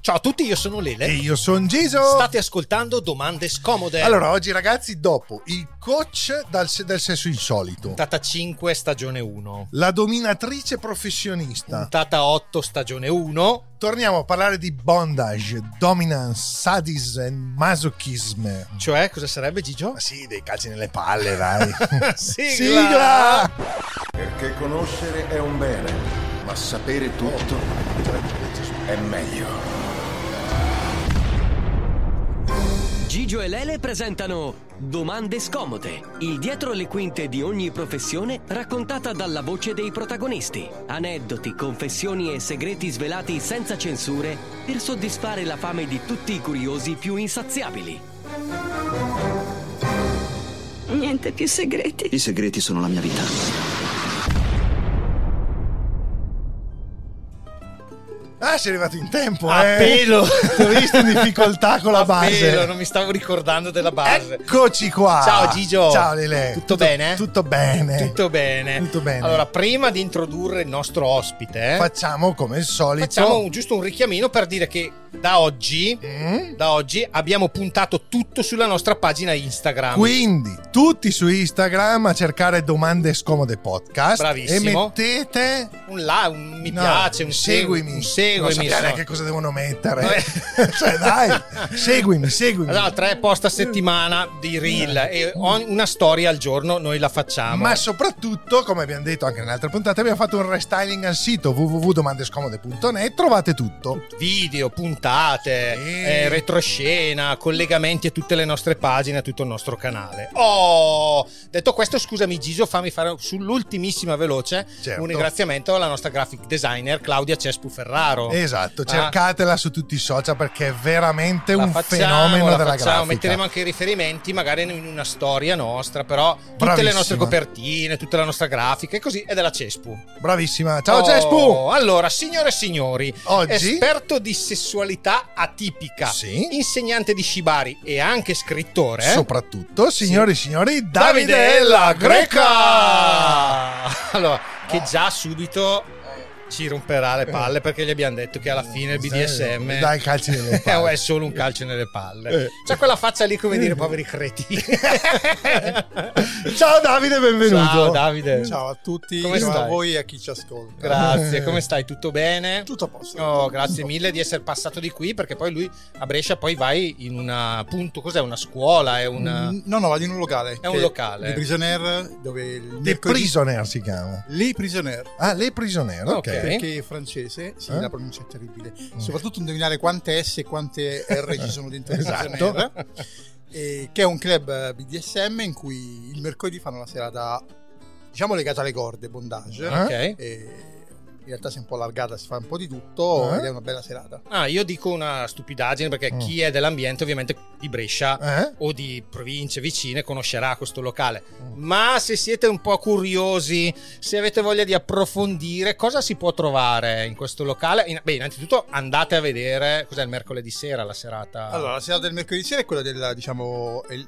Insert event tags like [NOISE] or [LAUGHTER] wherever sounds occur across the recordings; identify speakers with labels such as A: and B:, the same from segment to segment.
A: Ciao a tutti, io sono Lele.
B: E io sono Giso.
A: State ascoltando domande scomode.
B: Allora, oggi ragazzi, dopo il coach dal, del sesso insolito,
A: Puntata 5, stagione 1.
B: la dominatrice professionista,
A: Puntata 8, stagione 1.
B: torniamo a parlare di bondage, dominance, sadism e masochism.
A: Cioè, cosa sarebbe Gigio?
B: Ma sì, dei calci nelle palle, dai.
A: [LAUGHS] Sigla!
B: [LAUGHS] Sigla!
C: Perché conoscere è un bene, ma sapere tutto è meglio.
D: Gigio e Lele presentano Domande scomode, il dietro le quinte di ogni professione raccontata dalla voce dei protagonisti. Aneddoti, confessioni e segreti svelati senza censure per soddisfare la fame di tutti i curiosi più insaziabili.
E: Niente più segreti.
F: I segreti sono la mia vita.
B: Ah, sei arrivato in tempo,
A: A
B: eh.
A: pelo.
B: Ti ho visto in difficoltà con
A: [LAUGHS]
B: la
A: A
B: base. Ecco.
A: pelo, Ah, non mi stavo ricordando della base.
B: Eccoci qua.
A: Ciao Gigio.
B: Ciao Lele.
A: Tutto bene?
B: Tutto bene.
A: Tutto bene.
B: Tutto bene.
A: Allora, prima di introdurre il nostro ospite, eh,
B: Facciamo come al solito.
A: facciamo un- giusto un richiamino per dire che da oggi,
B: Mm?
A: da oggi abbiamo puntato tutto sulla nostra pagina Instagram.
B: Quindi tutti su Instagram a cercare domande scomode podcast
A: Bravissimo.
B: e mettete
A: Un là, un mi
B: No,
A: piace, un
B: seguimi.
A: un
B: non
A: seguimi.
B: sappiamo
A: insomma.
B: neanche cosa devono mettere.
A: Vabbè.
B: [LAUGHS] cioè, dai, seguimi, seguimi. Mm.
A: Allora, tre post a settimana di reel e ogni- una storia al giorno noi la facciamo.
B: Ma soprattutto, come abbiamo detto anche nell'altra puntata, abbiamo fatto un restyling al sito www.domandescomode.net. Trovate tutto.
A: video, puntate,
B: Sì.
A: eh, retroscena, collegamenti a tutte le nostre pagine, a tutto il nostro canale. Oh, detto questo, scusami Gigio, fammi fare sull'ultimissima veloce
B: Certo.
A: un ringraziamento alla nostra graphic designer Claudia Cespu Ferraro.
B: Esatto,
A: Ah.
B: cercatela su tutti i social perché è veramente
A: La
B: un
A: facciamo,
B: fenomeno
A: la
B: della
A: facciamo.
B: grafica.
A: Metteremo anche i riferimenti, magari in una storia nostra, però tutte le
B: Bravissima.
A: nostre copertine, tutta la nostra grafica e così è della Cespu.
B: Bravissima. Ciao
A: Oh,
B: Cespu!
A: Allora, signore e signori,
B: Oggi-
A: esperto di sessualità atipica,
B: Sì.
A: insegnante di shibari e anche scrittore,
B: Soprattutto, signori e signori,
A: eh? Davide
B: Davide
A: Ella Ecco,
B: la Oh.
A: Greca! Allora, che già subito ci romperà le palle perché gli abbiamo detto che alla fine il BDSM
B: Dai,
A: [LAUGHS]
B: calci nelle palle.
A: Eh, è solo un calcio nelle palle.
B: Eh.
A: C'ha quella faccia lì come dire poveri cretini.
B: [LAUGHS] Ciao Davide, benvenuto.
A: Ciao Davide.
G: Ciao a tutti,
A: Come
G: ciao a
A: stai?
G: voi e a chi ci ascolta.
A: Grazie, come stai? Tutto bene?
G: Tutto a posto.
A: Oh, grazie mille di essere passato di qui perché poi lui a Brescia poi vai in una punto cos'è una scuola è una
G: Mm, No, no, vado in un locale.
A: È un
G: che-
A: locale.
G: Le Prisoner, dove il
B: The
G: mercoledì-
B: Prisoner si chiama.
G: Le Prisoner,
B: Ah, Le Prisoner, ok.
A: Ok.
G: perché è francese, sì,
B: Eh?
G: la pronuncia è terribile.
A: Mm.
G: Soprattutto indovinare quante S e quante R ci sono dentro il
B: Esatto.
G: Prisoner.
A: Eh?
G: E che è un club eh, BDSM in cui il mercoledì fanno la serata, diciamo, legata alle corde, bondage.
B: Eh?
A: Ah. ok
G: E in realtà si è un po' allargata, si fa un po' di tutto
B: Eh?
G: ed è una bella serata.
A: ah io dico una stupidaggine perché
B: Mm.
A: chi è dell'ambiente ovviamente di Brescia
B: Eh?
A: o di province vicine conoscerà questo locale
B: Mm.
A: ma se siete un po' curiosi se avete voglia di approfondire cosa si può trovare in questo locale In- beh innanzitutto andate a vedere cos'è il mercoledì sera la serata
G: Allora, la serata del mercoledì sera è quella della, diciamo, è il-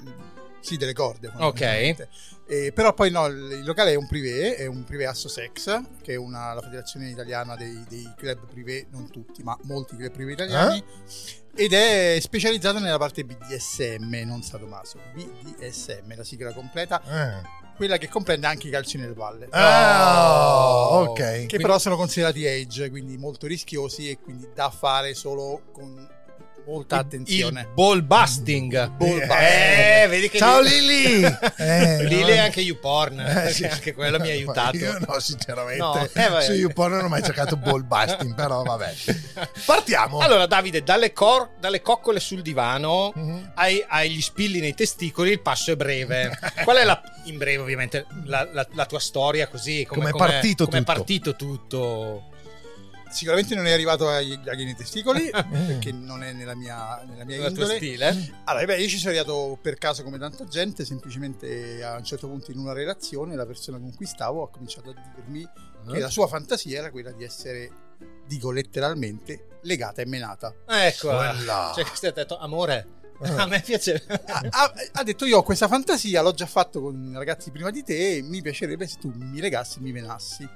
G: sì, delle corde. fondamentalmente. Eh, però poi no, il il locale è un privé, è un privé Assosex, che è una, la federazione italiana dei, dei club privé, non tutti, ma molti club privé italiani. Ed è specializzata nella parte BDSM, non sadomaso. BDSM, la sigla completa,
B: Eh.
G: quella che comprende anche i calci nelle palle. Oh.
B: Ah, ok.
G: Che però sono considerati age, quindi molto rischiosi e quindi da fare solo con molta attenzione.
A: il ball busting
G: Ball
A: Eh, vedi che
B: Ciao Lili!
A: [LAUGHS]
B: Eh,
A: Lili
B: no.
A: è anche YouPorn
B: Eh, sì.
A: perché anche quello mi ha
B: Ma
A: aiutato
B: [LAUGHS] Io no, sinceramente.
A: No, eh, vabbè.
B: su YouPorn non ho mai cercato ball busting,
A: [LAUGHS]
B: però vabbè. Partiamo.
A: allora Davide dalle, cor- dalle coccole sul divano
B: Mhm.
A: ai- agli spilli nei testicoli il passo è
B: [LAUGHS]
A: breve qual è la in breve ovviamente la, la- la tua storia così
B: Com'è partito
A: com'è
B: tutto?
A: partito tutto
G: sicuramente non è arrivato agli aghi nei testicoli, perché non è nella mia, nella mia
A: Nel tuo
G: indole.
A: stile.
G: Allora, beh, io ci sono arrivato per caso come tanta gente, semplicemente a un certo punto in una relazione la persona con cui stavo ha cominciato a dirmi che la sua fantasia era quella di essere, dico letteralmente, legata e menata.
A: Eccola.
B: Quella.
A: Cioè, questo è detto, amore,
B: Eh.
A: a me piaceva.
G: Ha, ha- Ah, ha detto io ho questa fantasia, l'ho già fatto con ragazzi prima di te e mi piacerebbe se tu mi legassi e mi menassi.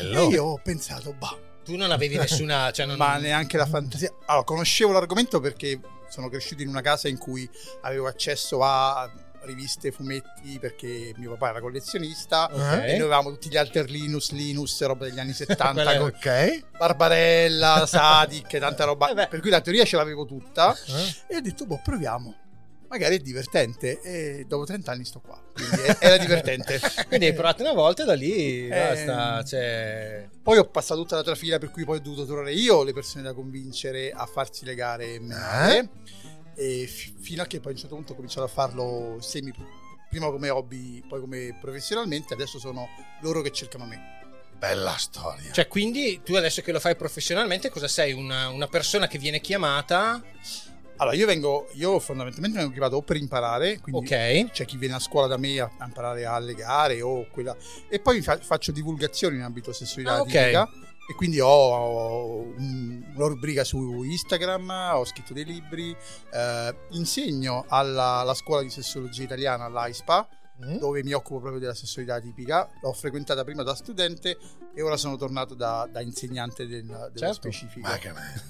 G: E io ho pensato, bah,
A: Tu non avevi nessuna... Cioè non...
G: ma neanche la fantasia. Allora, conoscevo l'argomento perché sono cresciuto in una casa in cui avevo accesso a riviste, fumetti, perché mio papà era collezionista
A: Ok.
B: Eh?
G: e noi avevamo tutti gli alter Linus, Linus, roba degli anni 70,
A: Quella-
G: con
B: Ok. Eh?
G: Barbarella, Sadik, tanta roba.
A: Eh beh.
G: per cui la teoria ce l'avevo tutta e ho detto, boh, proviamo. Magari è divertente e dopo 30 anni sto qua. Quindi è- era
A: [LAUGHS]
G: divertente.
A: Quindi hai provato una volta e da
B: Eh.
A: lì, basta,
G: Ehm.
A: cioè...
G: Poi ho passato tutta la trafila per cui poi ho dovuto trovare io le persone da convincere a farsi legare e menare. E fi- fino a che poi a un certo punto ho cominciato a farlo semi prima come hobby, poi come professionalmente, adesso sono loro che cercano me.
B: Bella storia.
A: Cioè, quindi tu adesso che lo fai professionalmente, cosa sei? Una, una persona che viene chiamata,
G: Allora io vengo, io fondamentalmente vengo privato o per imparare, quindi
A: ok?
G: c'è chi viene a scuola da me a, a imparare a legare o quella e poi fa- faccio divulgazione in ambito sessualità
A: Ah, ok.
G: tipica, e quindi ho, ho un- una rubrica su Instagram ho scritto dei libri eh, insegno alla, alla scuola di sessologia italiana all'AISPA
B: Mm.
G: dove mi occupo proprio della sessualità tipica l'ho frequentata prima da studente e ora sono tornato da, da insegnante del, dello
A: Certo.
G: specifico
B: Ma che grande.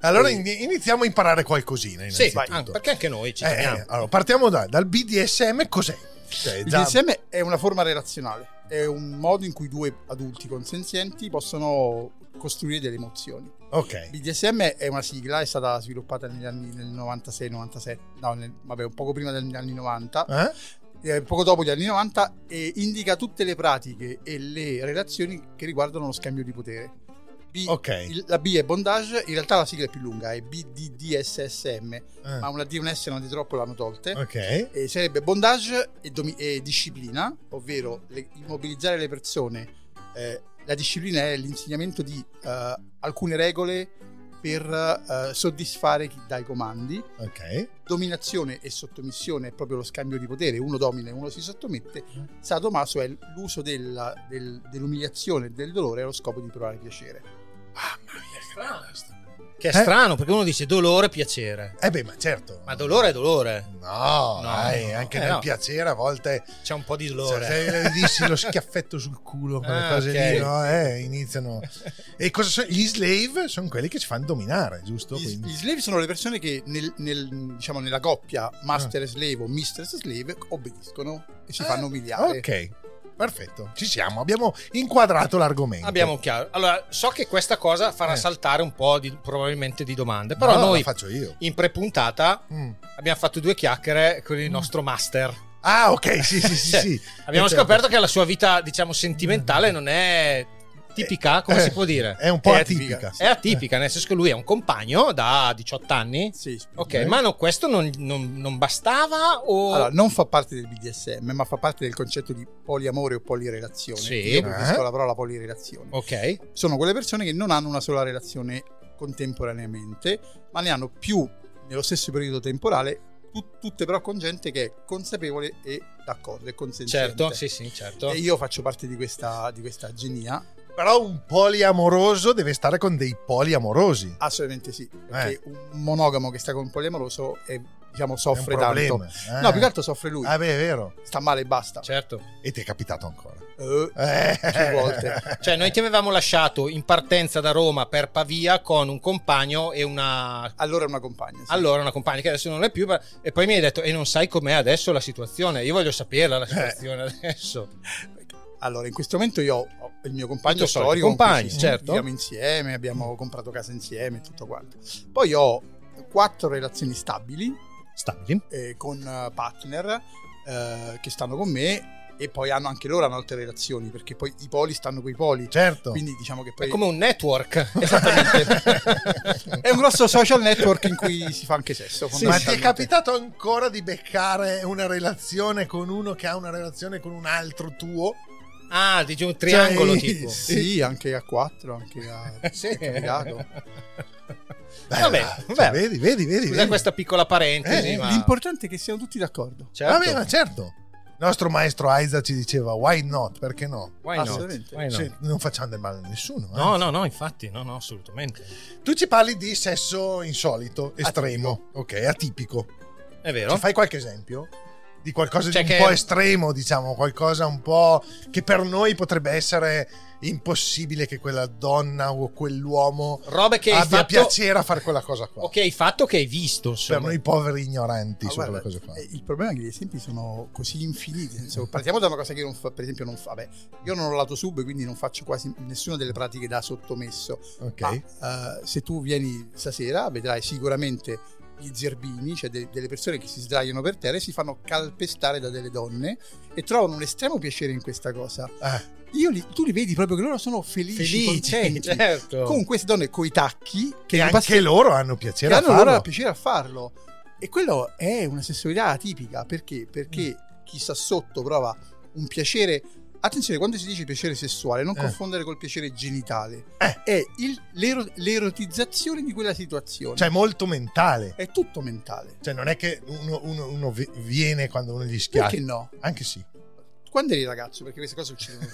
B: Allora in- iniziamo a imparare qualcosina.
A: Sì,
B: innanzitutto.
A: ah, perché anche noi ci
B: Eh,
A: chiamiamo.
B: eh, allora, partiamo da- dal BDSM, cos'è? Cioè,
G: Il
B: già-
A: esatto.
G: DSM è una forma relazionale, è un modo in cui due adulti consenzienti possono costruire delle emozioni.
B: Ok.
G: Il DSM è una sigla, è stata sviluppata negli anni nel 96-97, no, nel- vabbè, un poco prima degli anni 90,
B: Eh?
G: eh, poco dopo gli anni 90 e indica tutte le pratiche e le relazioni che riguardano lo scambio di potere. B-
B: Ok.
G: il- la B è bondage, in realtà la sigla è più lunga, è BDDSSM,
B: Eh,
G: ma una D e una S non di troppo l'hanno tolte.
B: Ok.
G: Eh, sarebbe bondage e, domi- e disciplina, ovvero le- immobilizzare le persone. Eh, la disciplina è l'insegnamento di eh, alcune regole per eh, soddisfare chi dà i comandi.
B: Ok.
G: Dominazione e sottomissione è proprio lo scambio di potere, uno domina e uno si sottomette. Sadomaso è l'uso della- del- dell'umiliazione e del dolore allo scopo di provare piacere.
A: Che è
B: Eh?
A: strano, perché uno dice dolore, piacere.
B: Eh beh, ma certo.
A: Ma dolore è dolore.
B: No,
A: No,
B: dai, anche
A: eh,
B: nel
A: no.
B: piacere a volte
A: C'è un po' di dolore.
B: se, se eh, dissi lo schiaffetto sul culo,
A: [LAUGHS]
B: quelle
A: Ah,
B: cose lì,
A: ok.
B: no? Eh, iniziano. E cosa sono? Gli slave sono quelli che ci fanno dominare, giusto?
G: Gli,
B: Quindi.
G: gli slave sono le persone che nel- nel- diciamo, nella coppia master slave o mistress slave obbediscono e si fanno umiliare.
B: Ah. Eh, Ok, perfetto, ci siamo, abbiamo inquadrato
A: [LAUGHS]
B: l'argomento.
A: Abbiamo chiaro. Allora, so che questa cosa farà
B: Eh.
A: saltare un po' di, probabilmente di domande, però
B: No, la
A: noi
B: faccio io.
A: in prepuntata
B: Mm.
A: abbiamo fatto due chiacchiere con il nostro master.
B: Ah, ok, sì, sì, sì,
A: [LAUGHS] Cioè,
B: sì.
A: Abbiamo
B: Eh, certo.
A: scoperto che la sua vita, diciamo, sentimentale non è tipica, come
B: Eh,
A: si può dire?
B: È un po'
G: È
B: atipica. eh.
G: atipica,
A: È atipica, nel senso che lui è un compagno da 18 anni.
G: Sì.
A: Ok,
B: Ok.
A: ma no, questo non, non- non bastava o...
G: Allora, non fa parte del BDSM, ma fa parte del concetto di poliamore o polirelazione.
A: Sì. Oh.
G: Io preferisco
B: Eh.
G: la parola polirelazione.
A: ok,
G: Sono quelle persone che non hanno una sola relazione contemporaneamente, ma ne hanno più nello stesso periodo temporale, tu- tutte però con gente che è consapevole e d'accordo, e consenziente.
A: certo, sì sì, certo.
G: E io faccio parte di questa, di questa genia
B: Però un poliamoroso deve stare con dei poliamorosi. eh.
G: Assolutamente sì, perché un monogamo che sta con un poliamoroso è, diciamo,
B: È un
G: soffre
B: problema.
G: tanto.
B: eh.
G: No, più che altro soffre lui,
B: Ah, beh, è vero.
G: sta male e basta.
A: Certo.
B: E ti è capitato ancora.
G: Eh,
B: Eh.
G: Più volte.
A: Cioè, noi ti avevamo lasciato in partenza da Roma per Pavia con un compagno e una.
G: allora è una compagna. sì.
A: Allora, una compagna che adesso non è più. ma- E poi mi hai detto: E non sai com'è adesso la situazione? Io voglio saperla la situazione adesso.
G: Allora, in questo momento io ho il mio
A: Il
G: compagno
A: tuo solito
G: storico, con cui
A: compagno,
G: ci
A: certo.
G: viviamo insieme, abbiamo comprato casa insieme e tutto quanto. Poi ho quattro relazioni stabili
A: Stabili.
G: eh, con eh, partner eh, che stanno con me e poi hanno anche loro hanno altre relazioni, perché poi i poli stanno coi poli.
B: Certo.
G: Quindi diciamo che poi
A: È come un network. Esattamente.
G: È un grosso social network in cui si fa anche sesso.
B: Ma ti è
G: fondamentalmente.
B: capitato ancora di beccare una relazione con uno che ha una relazione con un altro tuo?
A: [LAUGHS] Ah, dici un triangolo
G: Cioè,
A: tipo.
G: Sì, anche a 4, anche
A: [LAUGHS]
G: a
A: Sì.
G: è capitato.
B: Beh,
A: Vabbè,
B: cioè,
A: vabbè.
B: vedi, vedi, vedi.
A: Scusa
B: vedi.
A: questa piccola parentesi,
G: Eh,
A: ma...
G: L'importante è che siano tutti d'accordo.
A: Certo.
B: Vabbè, ma certo. Il nostro maestro Isa ci diceva why not, perché no?
A: Why not?
G: Assolutamente.
A: Why not?
B: Se non facciamo del male a nessuno.
A: No,
B: anzi.
A: no, no, infatti, no, no, assolutamente.
B: Tu ci parli di sesso insolito, estremo, ok, atipico.
A: È vero.
B: Ci fai qualche esempio? Di qualcosa
A: Cioè
B: di
A: che-
B: un po' estremo, diciamo, qualcosa un po' che per noi potrebbe essere impossibile che quella donna o quell'uomo
A: Robe che hai
B: abbia
A: fatto-
B: Ah,
A: Cioè,
B: piacere a fare quella cosa qua.
A: O che hai fatto che hai visto, insomma.
B: Per noi poveri ignoranti
G: Ah,
B: su quella
G: guarda,
B: cosa qua.
G: eh, Il problema è che gli esempi sono così infiniti. nel senso, partiamo da una cosa che io non fa, per esempio, non fa. Beh, io non ho lato sub, quindi non faccio quasi nessuna delle pratiche da sottomesso.
B: Ok.
G: Ma, eh, se tu vieni stasera, vedrai sicuramente gli zerbini, cioè de- delle persone che si sdraiano per terra e si fanno calpestare da delle donne e trovano un estremo piacere in questa cosa.
B: Eh,
G: Io li- tu li vedi proprio che loro sono felici,
A: Felici,
G: [LAUGHS] contenti
A: [LAUGHS] certo.
G: con queste donne coi tacchi che
B: che
G: gli
B: anche
G: passano-
B: loro hanno piacere
G: che
B: a
G: hanno
B: farlo.
G: loro piacere a farlo. E quello è una sessualità atipica perché? Perché
B: Mm.
G: chi sta sotto prova un piacere. Attenzione, quando si dice piacere sessuale, non
B: Eh.
G: confondere col piacere genitale, è il- l'ero- l'erotizzazione di quella situazione.
B: Cioè, è molto mentale.
G: è tutto mentale.
B: Cioè, non è che uno, uno- uno vi- viene quando uno gli
G: Perché
B: schiaccia.
G: no?
B: Anche sì.
G: Quando eri ragazzo, perché queste cose
B: [LAUGHS]
G: succedono.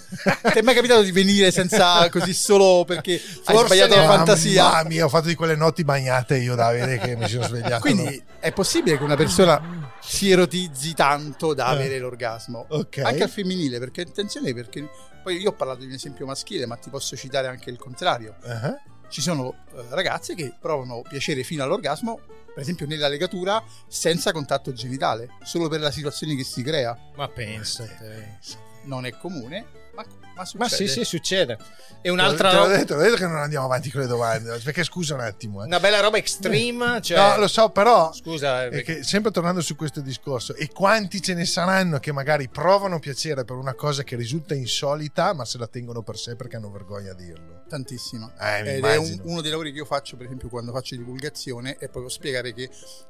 G: Ti è mai capitato di venire senza così solo perché hai
B: Forse
G: sbagliato la
B: mamma
G: fantasia?
B: mia, ho fatto di quelle notti bagnate io, Davide, che mi sono svegliato.
G: Quindi è possibile che una persona si erotizzi tanto da
B: Eh.
G: avere l'orgasmo.
B: Ok.
G: Anche al femminile, perché attenzione, perché poi io ho parlato di un esempio maschile, ma ti posso citare anche il contrario.
B: Ah,
G: Ci sono eh, ragazze che provano piacere fino all'orgasmo, per esempio nella legatura, senza contatto genitale, solo per la situazione che si crea.
A: Ma pensa. te.
G: Non è comune, ma, ma succede.
A: Ma sì, sì, succede. E
B: Te l'ho
A: un'altra
B: detto, te l'ho detto che non andiamo avanti con le domande. Perché scusa un attimo. eh.
A: una bella roba extreme, cioè
B: no, lo so, però.
A: Scusa, eh,
B: è che sempre tornando su questo discorso, e quanti ce ne saranno che magari provano piacere per una cosa che risulta insolita, ma se la tengono per sé perché hanno vergogna a dirlo?
G: Tantissimo.
B: Eh, mi
G: Ed è un-
B: immagino.
G: uno dei lavori che io faccio, per esempio, quando faccio divulgazione, è proprio spiegare che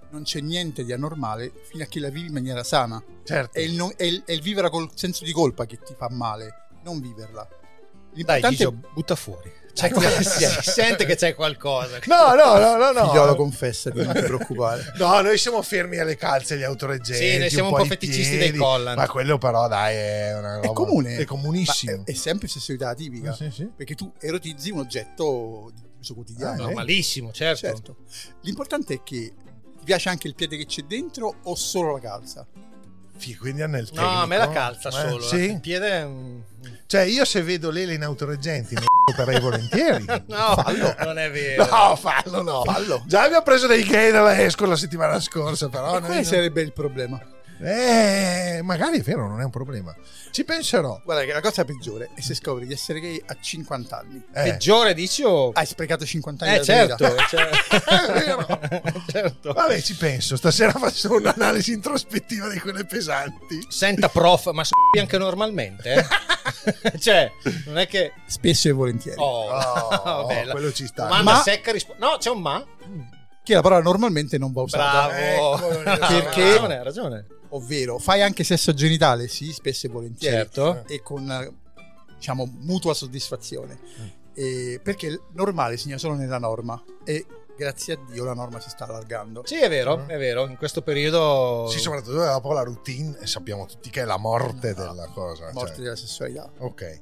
G: non c'è niente di anormale fino a che la vivi in maniera sana.
B: Certo.
G: È il, non- è il- è il viverla col senso di colpa che ti fa male, non viverla.
A: dai,
G: L'importante
A: Gigio, butta fuori. C'è qual- si sente che c'è qualcosa.
B: [LAUGHS] No, no, no, no,
G: è
B: no.
G: figliolo confessa, non ti preoccupare.
B: [LAUGHS] No, noi siamo fermi alle calze, gli autoreggenti.
A: Sì, noi siamo un po'
B: ai
A: feticisti
B: piedi,
A: dei Collant.
B: Ma quello però, dai, è una roba...
G: È comune.
B: È comunissimo.
G: Ma È, è sempre sessualità
A: Eh,
G: tipica.
B: Sì, sì.
G: Perché tu erotizzi un oggetto di uso quotidiano.
B: Ah, eh.
A: Normalissimo, certo.
G: Certo. L'importante è che ti piace anche il piede che c'è dentro o solo la calza.
B: Sì, quindi hanno il
A: No, a me la
B: tecnico.
A: calza
B: Eh,
A: solo. Il
B: Sì.
A: piede è un-
B: Cioè, io se vedo Lele in autoreggenti, mi [LAUGHS] farei volentieri.
A: [LAUGHS] No, non è vero.
B: No, fallo no.
G: Fallo.
B: Già abbiamo preso dei gay dalla Esco la settimana scorsa,
A: Ah,
B: però...
G: e
B: noi
G: quale
B: non-
G: sarebbe il problema?
B: Eh, magari è vero, non è un problema. Ci penserò.
G: Guarda che la cosa peggiore è se scopri di essere gay a 50 anni.
B: Eh.
A: Peggiore, dici o...
B: Ah,
G: Hai sprecato 50 anni
A: Eh,
G: della tua
A: certo.
G: vita.
A: cioè-
B: [LAUGHS] È vero.
A: [LAUGHS] certo.
B: Vabbè, ci penso. Stasera faccio un'analisi introspettiva di quelle pesanti.
A: Senta, prof, ma s***i anche normalmente?
B: [LAUGHS]
A: eh? cioè, non è che...
G: Spesso e volentieri.
A: Oh, [LAUGHS]
B: Oh,
A: bella.
B: quello ci sta.
A: Domanda
G: Ma-
A: secca rispo- No, c'è un ma.
G: Che la parola normalmente non va usata.
A: Bravo. Perché...
B: Eccolo,
G: bravo.
A: ragione, hai ragione.
G: Ovvero, fai anche sesso genitale? Sì, spesso e volentieri.
A: Certo.
G: E con, eh, diciamo, mutua soddisfazione. E perché il normale segna solo nella norma. E grazie a Dio la norma si sta allargando.
A: Sì, è vero, è vero. In questo periodo...
B: Sì, soprattutto dopo la routine e sappiamo tutti che è la morte della cosa.
G: Morte
B: cioè.
G: della sessualità.
B: Ok.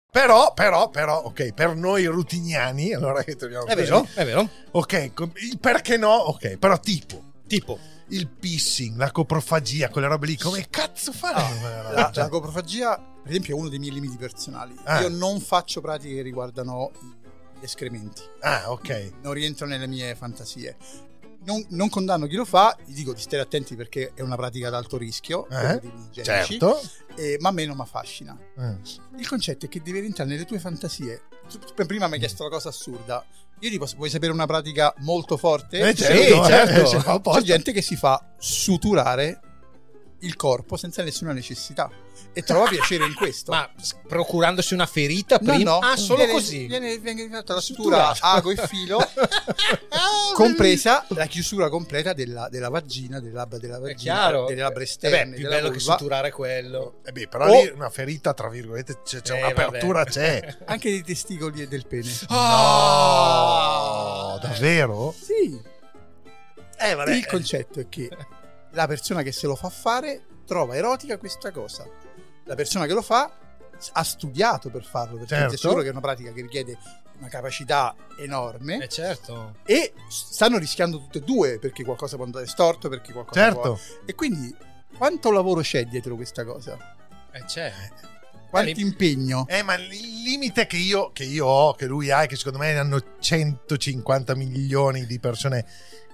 B: Però, però, però, ok, per noi routiniani, allora che troviamo
A: È
B: così.
A: vero, è vero.
B: Ok, com- il perché no? Ok, però tipo
A: Tipo...
B: il pissing, la coprofagia, quelle robe lì, come cazzo
A: Ah,
B: fare?
G: Ah, La, la coprofagia, per esempio, è uno dei miei limiti personali.
B: Ah.
G: Io non faccio pratiche che riguardano gli escrementi.
B: Ah, ok.
G: non rientro nelle mie fantasie. non, non condanno chi lo fa, gli dico di stare attenti perché è una pratica ad alto rischio,
B: Eh,
G: per i igienici,
B: certo.
G: eh, ma a me non mi affascina.
B: Eh.
G: Il concetto è che devi entrare nelle tue fantasie. Tu- tu Prima mi hai chiesto la cosa assurda. Io ti posso, vuoi sapere una pratica molto forte?
B: Eh,
G: [LAUGHS]
B: certo, eh, siamo a posto.
G: C'è gente che si fa suturare il corpo senza nessuna necessità e trova piacere in questo.
A: Ma s- procurandosi una ferita
G: No,
A: prima?
G: no,
A: Ah, solo
G: viene-
A: così.
G: Viene, viene fatta la
A: Sutura.
G: sutura, ago e
B: [LAUGHS]
G: filo, Ah, compresa la chiusura completa della, della vagina, delle labbra della
A: È
G: vagina,
A: chiaro.
G: delle labbra esterne.
A: Vabbè, più
G: della
A: bello che
G: vulva.
A: suturare quello.
B: Eh beh, però
G: Oh.
B: lì una ferita, tra virgolette, c'è, c'è
A: Eh,
B: un'apertura,
A: vabbè. [LAUGHS]
B: [LAUGHS] c'è.
G: Anche dei testicoli e del pene.
B: Oh, davvero?
G: Sì.
B: Eh, vabbè.
G: Il concetto è che la persona che se lo fa fare trova erotica questa cosa. La persona che lo fa s- ha studiato per farlo, perché
B: Certo.
G: è sicuro che è una pratica che richiede una capacità enorme
A: Eh, certo.
G: e s- stanno rischiando tutte e due perché qualcosa può andare storto, perché qualcosa
B: Certo.
G: può... E quindi quanto lavoro c'è dietro questa cosa?
A: Eh, c'è.
G: Quanto
A: Eh,
G: impegno?
B: Eh, ma il limite che io, che io ho, che lui ha, e che secondo me ne hanno 150 milioni di persone,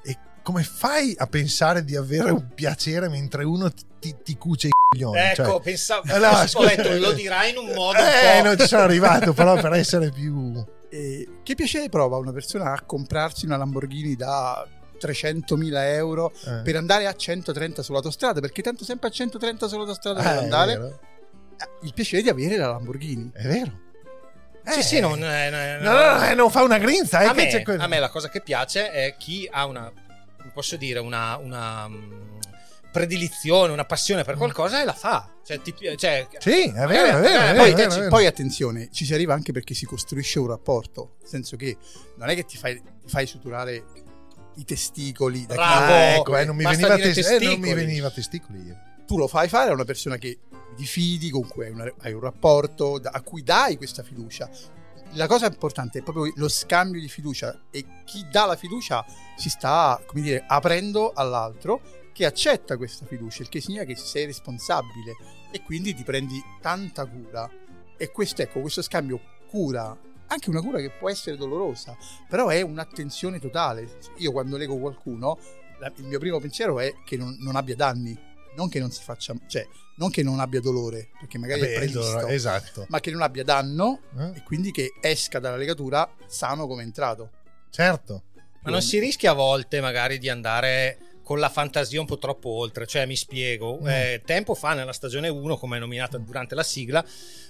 B: è come fai a pensare di avere un piacere mentre uno ti, ti cuce i coglioni?
A: Ecco,
B: Cioè-
A: pensavo...
B: Eh, no,
A: [LAUGHS] ho
B: scusa.
A: detto, lo dirai in un modo
B: Eh,
A: un po'...
B: non ci sono arrivato, però
A: [LAUGHS]
B: per essere più... eh.
G: E Eh, che piacere prova una persona a comprarsi una Lamborghini da 300.000 euro
B: eh.
G: per andare a 130 sull'autostrada, perché tanto sempre a 130 sull'autostrada
B: Eh,
G: per
B: è
G: andare,
B: vero,
G: eh, il piacere di avere la Lamborghini.
B: È vero.
A: Sì,
B: Eh.
A: sì, non... eh, no,
B: No, no, no, eh, non fa una grinza, eh,
A: a,
B: che
A: me,
B: c'è quello.
A: a me la cosa che piace è chi ha una, posso dire, una, una, mm, predilizione, una passione
B: Mm.
A: per qualcosa e la fa. Cioè, ti pi- cioè,
B: Sì, è vero,
A: Magari-
B: è vero, è
A: magari-
B: vero,
G: poi,
B: è Eh, vero,
G: ci-
B: è vero.
G: poi attenzione, ci si arriva anche perché si costruisce un rapporto, nel senso che non è che ti fai, ti fai suturare i testicoli, da chi-
A: Bravo!
B: Ah, ecco, eh, non, mi
A: Basta
B: veniva
A: dire
B: tes- eh, non mi
A: testicoli.
B: veniva testicoli. ieri.
G: tu lo fai fare a una persona che ti fidi, con cui hai, una- hai un rapporto, da- a cui dai questa fiducia. La cosa importante è proprio lo scambio di fiducia e chi dà la fiducia si sta, come dire, aprendo all'altro che accetta questa fiducia, il che significa che sei responsabile e quindi ti prendi tanta cura. E questo, ecco, questo scambio cura, anche una cura che può essere dolorosa, però è un'attenzione totale. Io quando leggo qualcuno, la- il mio primo pensiero è che non- non abbia danni, non che non si faccia, cioè, non che non abbia dolore, perché magari
B: Vabbè,
G: è previsto,
B: allora, esatto.
G: ma che non abbia danno
B: Eh?
G: e quindi che esca dalla legatura sano come è entrato.
B: Certo.
A: Ma non si rischia a volte magari di andare con la fantasia un po' troppo oltre, cioè mi spiego,
B: Mm.
A: Eh, tempo fa nella stagione 1, come è nominata durante la sigla,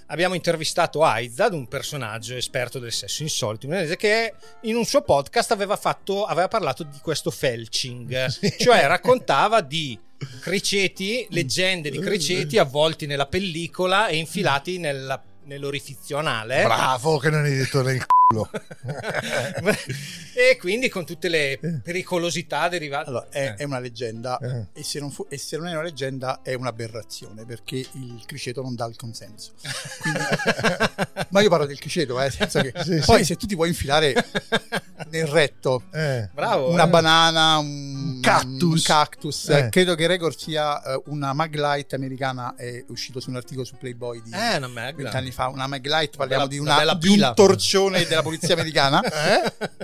A: abbiamo intervistato Aizad, un personaggio esperto del sesso insolito milanese, che in un suo podcast aveva, fatto, aveva parlato di questo
B: [LAUGHS]
A: felching, cioè raccontava di criceti, leggende di
B: [LAUGHS]
A: criceti avvolti nella pellicola e infilati nella- nell'orifizio anale.
B: Bravo che non hai detto nel culo.
A: [LAUGHS] e quindi con tutte le pericolosità derivate.
G: Allora, è,
A: Eh.
G: è una leggenda
B: Eh.
G: e, se non fu- e se non è una leggenda è un'aberrazione perché il criceto non dà il consenso.
B: [LAUGHS]
G: Quindi- ma io parlo del criceto, eh, nel senso che
B: Sì,
G: poi
B: sì.
G: se tu ti vuoi infilare nel retto
B: Eh.
A: Bravo.
G: una
A: eh.
G: banana, un,
B: Un cactus.
G: un cactus.
B: Eh.
G: Eh, Credo che il record sia eh, una maglite americana, è uscito su un articolo su Playboy di
A: Eh, una Magla.
G: vent'anni fa, una maglite,
A: bella-
G: parliamo di,
A: una
G: una- Eh?
A: bella
G: di un
A: pila.
G: torcione della [LAUGHS] polizia americana.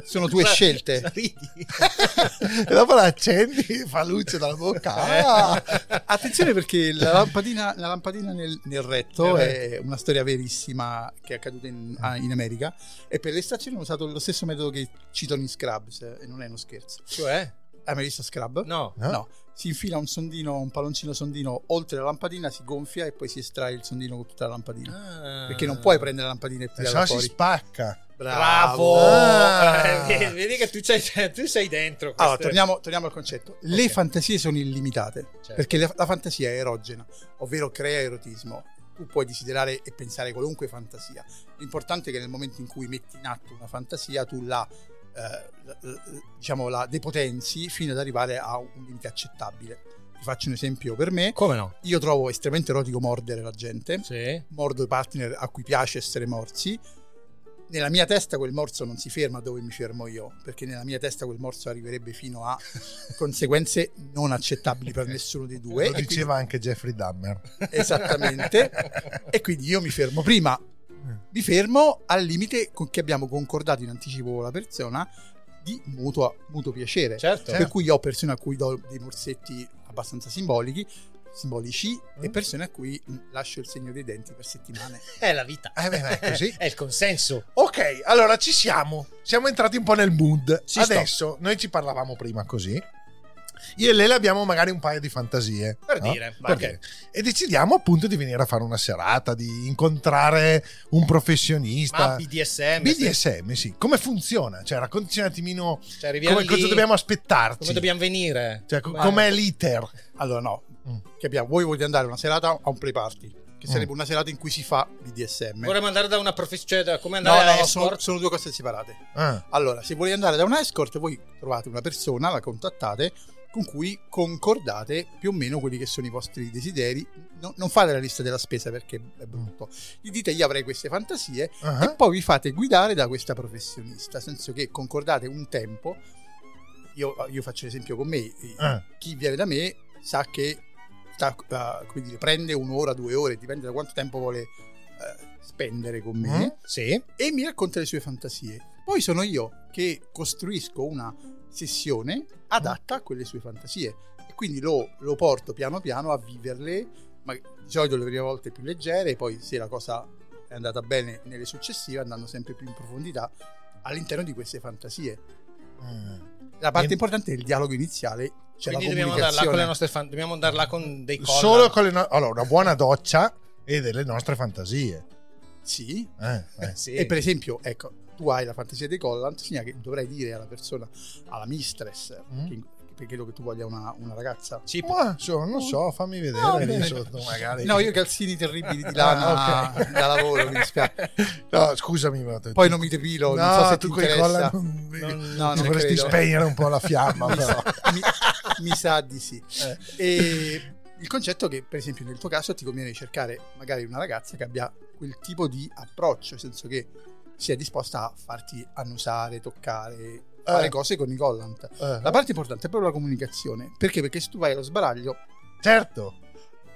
G: Sono due [LAUGHS]
A: Sa-
G: scelte.
A: Ridi.
B: e dopo la accendi, fa luce dalla bocca. Ah.
G: Eh. [LAUGHS] Attenzione perché la lampadina, la lampadina nel, nel retto
B: Nel
G: è una storia verissima che è accaduta in, ah, in America e per l'estrazione hanno usato lo stesso metodo che citano in Scrubs eh, e non è uno scherzo.
A: Cioè?
G: Hai mai visto Scrub?
A: No.
B: No?
G: No, si infila un sondino, un palloncino sondino oltre la lampadina, si gonfia e poi si estrae il sondino con tutta la lampadina.
A: Ah.
G: Perché non puoi prendere la lampadina e
B: Se
G: tirarla
B: no si
G: fuori.
B: spacca.
A: Eh, Bravo.
B: Ah.
A: Eh, vedi- vedi che tu, c'hai- tu sei dentro.
G: Allora,
A: queste-
G: torniamo, torniamo al concetto. Le fantasie sono illimitate,
A: Certo.
G: perché la, la fantasia è erogena, ovvero crea erotismo. Tu puoi desiderare e pensare qualunque fantasia. L'importante è che nel momento in cui metti in atto una fantasia, tu la, eh, la- la- diciamo, la depotenzi fino ad arrivare a un limite accettabile. Ti faccio un esempio per me.
A: Come no?
G: Io trovo estremamente erotico mordere la gente,
A: Sì.
G: mordo i partner a cui piace essere morsi. Nella mia testa quel morso non si ferma dove mi fermo io, perché nella mia testa quel morso arriverebbe fino a conseguenze non accettabili per nessuno dei due.
B: Lo
G: e quindi-
B: diceva anche Jeffrey Dahmer.
G: [LAUGHS] esattamente. e quindi io mi fermo
B: Eh.
G: prima. Mi fermo al limite con che abbiamo concordato in anticipo con la persona di mutuo, mutuo piacere.
A: Certo.
G: Per
A: Certo.
G: cui io ho persone a cui do dei morsetti abbastanza simbolici, simbolici
B: Mm.
G: e persone a cui mh, lascio il segno dei denti per settimane.
A: È la vita.
B: Eh beh, ma è
A: [LAUGHS]
B: così.
A: è il consenso.
B: Ok, allora ci siamo. Siamo entrati un po' nel mood.
A: Ci sto.
B: Adesso, noi ci parlavamo prima così. Io e Lela abbiamo magari un paio di fantasie.
A: Per
B: no?
A: dire, vai.
B: E decidiamo appunto di venire a fare una serata, di incontrare un professionista.
A: Ma BDSM,
B: BDSM, sì. Come funziona? Cioè, raccontaci un attimino
A: Cioè, arriviamo
B: come,
A: lì,
B: cosa dobbiamo aspettarci.
A: come dobbiamo venire.
B: Cioè, co-
A: Vai.
B: com'è l'iter?
G: Allora no,
B: Mm.
G: che abbiamo, voi volete andare una serata a un play party, che sarebbe una serata in cui si fa BDSM.
A: Vorremmo andare da una professione, cioè da- come
G: No,
A: andare
G: no,
A: a
G: no, sono,
A: escort?
G: sono due cose separate.
B: Ah,
G: Allora, se volete andare da un escort, voi trovate una persona, la contattate, con cui concordate più o meno quelli che sono i vostri desideri. No- non fate la lista della spesa perché è brutto. Gli dite io avrei queste fantasie
B: Mm. ah.
G: e poi vi fate guidare da questa professionista, nel senso che concordate un tempo. Io, io faccio l'esempio con me, i-
B: Ah.
G: chi viene da me sa che sta- ah, come dire, prende un'ora, due ore, dipende da quanto tempo vuole eh, spendere con me
A: Mm-hmm.
B: Mm.
A: Sì.
G: e mi racconta le sue fantasie. Poi sono io che costruisco una sessione adatta a quelle sue fantasie e quindi lo, lo porto piano piano a viverle, ma di solito le prime volte più leggere, poi se la cosa è andata bene nelle successive andando sempre più in profondità all'interno di queste fantasie.
B: Mm.
G: La parte
B: Quindi-
G: importante è il dialogo iniziale, cioè
A: Quindi
G: la
A: dobbiamo andare là con le
G: comunicazione.
A: nostre fan, dobbiamo andare là con dei collar.
B: Solo con le no- allora, una buona doccia e delle nostre fantasie.
G: Sì,
B: Eh, eh.
A: Sì.
G: E per esempio, ecco, tu hai la fantasia dei collant, significa che dovrai dire alla persona, alla mistress,
B: Mm.
G: che, che credo che tu voglia una, una ragazza.
A: Cipo.
B: Ma, insomma, non so, fammi vedere
G: No,
B: lì
G: bene.
B: sotto, magari.
G: No, io i calzini
B: [LAUGHS]
G: terribili di lana
B: Ah, ok.
G: da lavoro, mi dispiace.
B: No, scusami, ma te-
G: Poi non mi depilo,
B: No,
G: non so se
B: tu
G: ti
B: coi
G: interessa.
B: collar non-
G: Non- no,
B: ti
G: non
B: vorresti
G: credo.
B: spegnere un po' la fiamma,
G: mi,
B: però.
G: mi- mi sa di sì.
B: Eh.
G: E il concetto è che, per esempio, nel tuo caso ti conviene cercare magari una ragazza che abbia quel tipo di approccio, nel senso che sia disposta a farti annusare, toccare, fare cose con i collant.
B: Eh,
G: La parte importante è proprio la comunicazione. Perché? Perché se tu vai allo sbaraglio,
B: certo.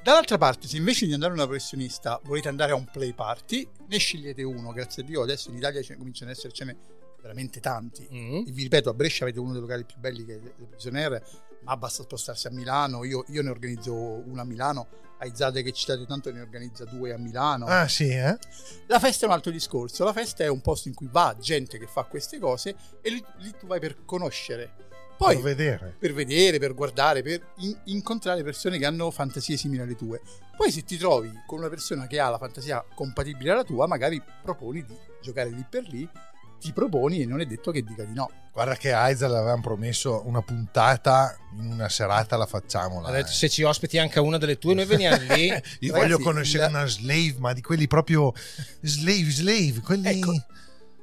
G: dall'altra parte, se invece di andare a una professionista volete andare a un play party, ne scegliete uno. Grazie a Dio, adesso in Italia ce- cominciano ad essercene veramente tanti.
A: Mm.
G: E vi ripeto, a Brescia avete uno dei locali più belli che è le Prisoner, ma basta spostarsi a Milano. Io, io ne organizzo uno a Milano. Ai Zade che citate tanto ne organizza due a Milano.
B: Ah, sì, eh?
G: La festa è un altro discorso. La festa è un posto in cui va gente che fa queste cose e lì, lì tu vai per conoscere. Poi,
B: Devo vedere.
G: per vedere, per guardare, per in- incontrare persone che hanno fantasie simili alle tue. Poi se ti trovi con una persona che ha la fantasia compatibile alla tua, magari proponi di giocare lì per lì, ti proponi e non è detto che dica di no.
B: Guarda che a Aiza l'avevamo promesso una puntata in una serata, la facciamo.
A: Ha detto, se ci ospiti anche a una delle tue, noi veniamo [LAUGHS] lì.
B: Io
A: Ragazzi,
B: voglio conoscere
A: la-
B: una slave, ma di quelli proprio slave, slave, quelli...
G: Ecco.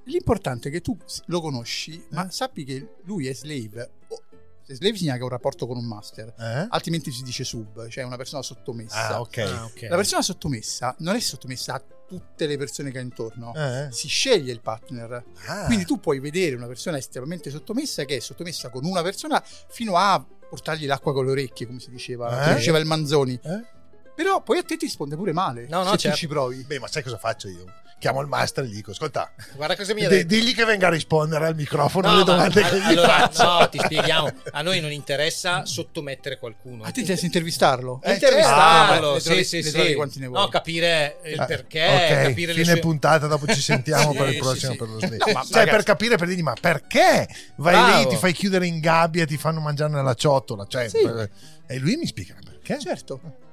G: L'importante è che tu s- lo conosci, ma
B: Eh.
G: sappi che lui è slave. O- se slave significa che ha un rapporto con un master,
B: Eh?
G: altrimenti si dice sub, cioè una persona sottomessa.
B: Ah, ok.
A: Ah, ok.
G: La persona sottomessa non è sottomessa a tutte le persone che ha intorno.
B: Eh?
G: Si sceglie il partner.
B: Ah.
G: Quindi tu puoi vedere una persona estremamente sottomessa che è sottomessa con una persona fino a portargli l'acqua con le orecchie, come si diceva,
B: Eh?
G: come diceva il Manzoni.
B: Eh?
G: Però poi a te ti risponde pure male.
A: No, no,
G: se
A: certo.
G: tu ci provi.
B: Beh, ma sai cosa faccio io? Chiamo il master e gli dico, ascolta,
A: Guarda cosa mi ha
B: di-
A: detto.
B: digli che venga a rispondere al microfono
A: No,
B: alle
A: ma-
B: domande
A: all-
B: che gli
A: allora,
B: faccio.
A: No, ti spieghiamo. A noi non interessa sottomettere qualcuno.
G: A te Ah, ti interessa intervistarlo?
B: Eh,
G: Ah,
A: Intervistarlo,
G: beh,
A: sì,
G: ne trovi-
A: sì,
G: ne
A: sì.
G: trovi quanti ne vuoi.
A: No, capire il
B: Eh,
A: perché,
B: ok,
A: capire
B: fine
A: le sue...
B: puntata dopo
A: [LAUGHS]
B: ci sentiamo
A: Sì,
B: per il
A: sì,
B: prossimo
A: sì.
B: per lo slave.
A: No, [LAUGHS] ma
B: cioè
A: ragazzi-
B: per capire per dirgli ma perché vai lì
A: Bravo.
B: ti fai chiudere in gabbia ti fanno mangiare nella ciotola cioè,
G: Sì.
B: per- e lui mi spiega ma perché
G: Certo.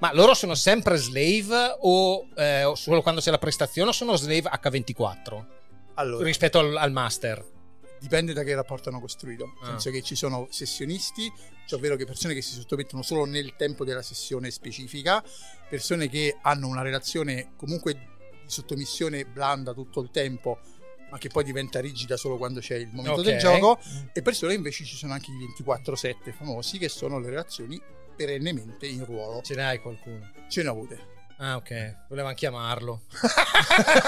A: Ma loro sono sempre slave o eh, o solo quando c'è la prestazione o sono slave H24
G: Allora,
A: rispetto al, al master?
G: dipende da che rapporto hanno costruito. Nel
A: Ah.
G: senso che ci sono sessionisti, cioè ovvero che persone che si sottomettono solo nel tempo della sessione specifica, persone che hanno una relazione comunque di sottomissione blanda tutto il tempo, ma che poi diventa rigida solo quando c'è il momento
A: Ok.
G: del gioco, e persone invece ci sono anche i 24-7 famosi che sono le relazioni perennemente in ruolo.
A: Ce n'hai qualcuno?
G: Ce ne ho avute.
A: Ah, ok. Volevamo chiamarlo. [LAUGHS]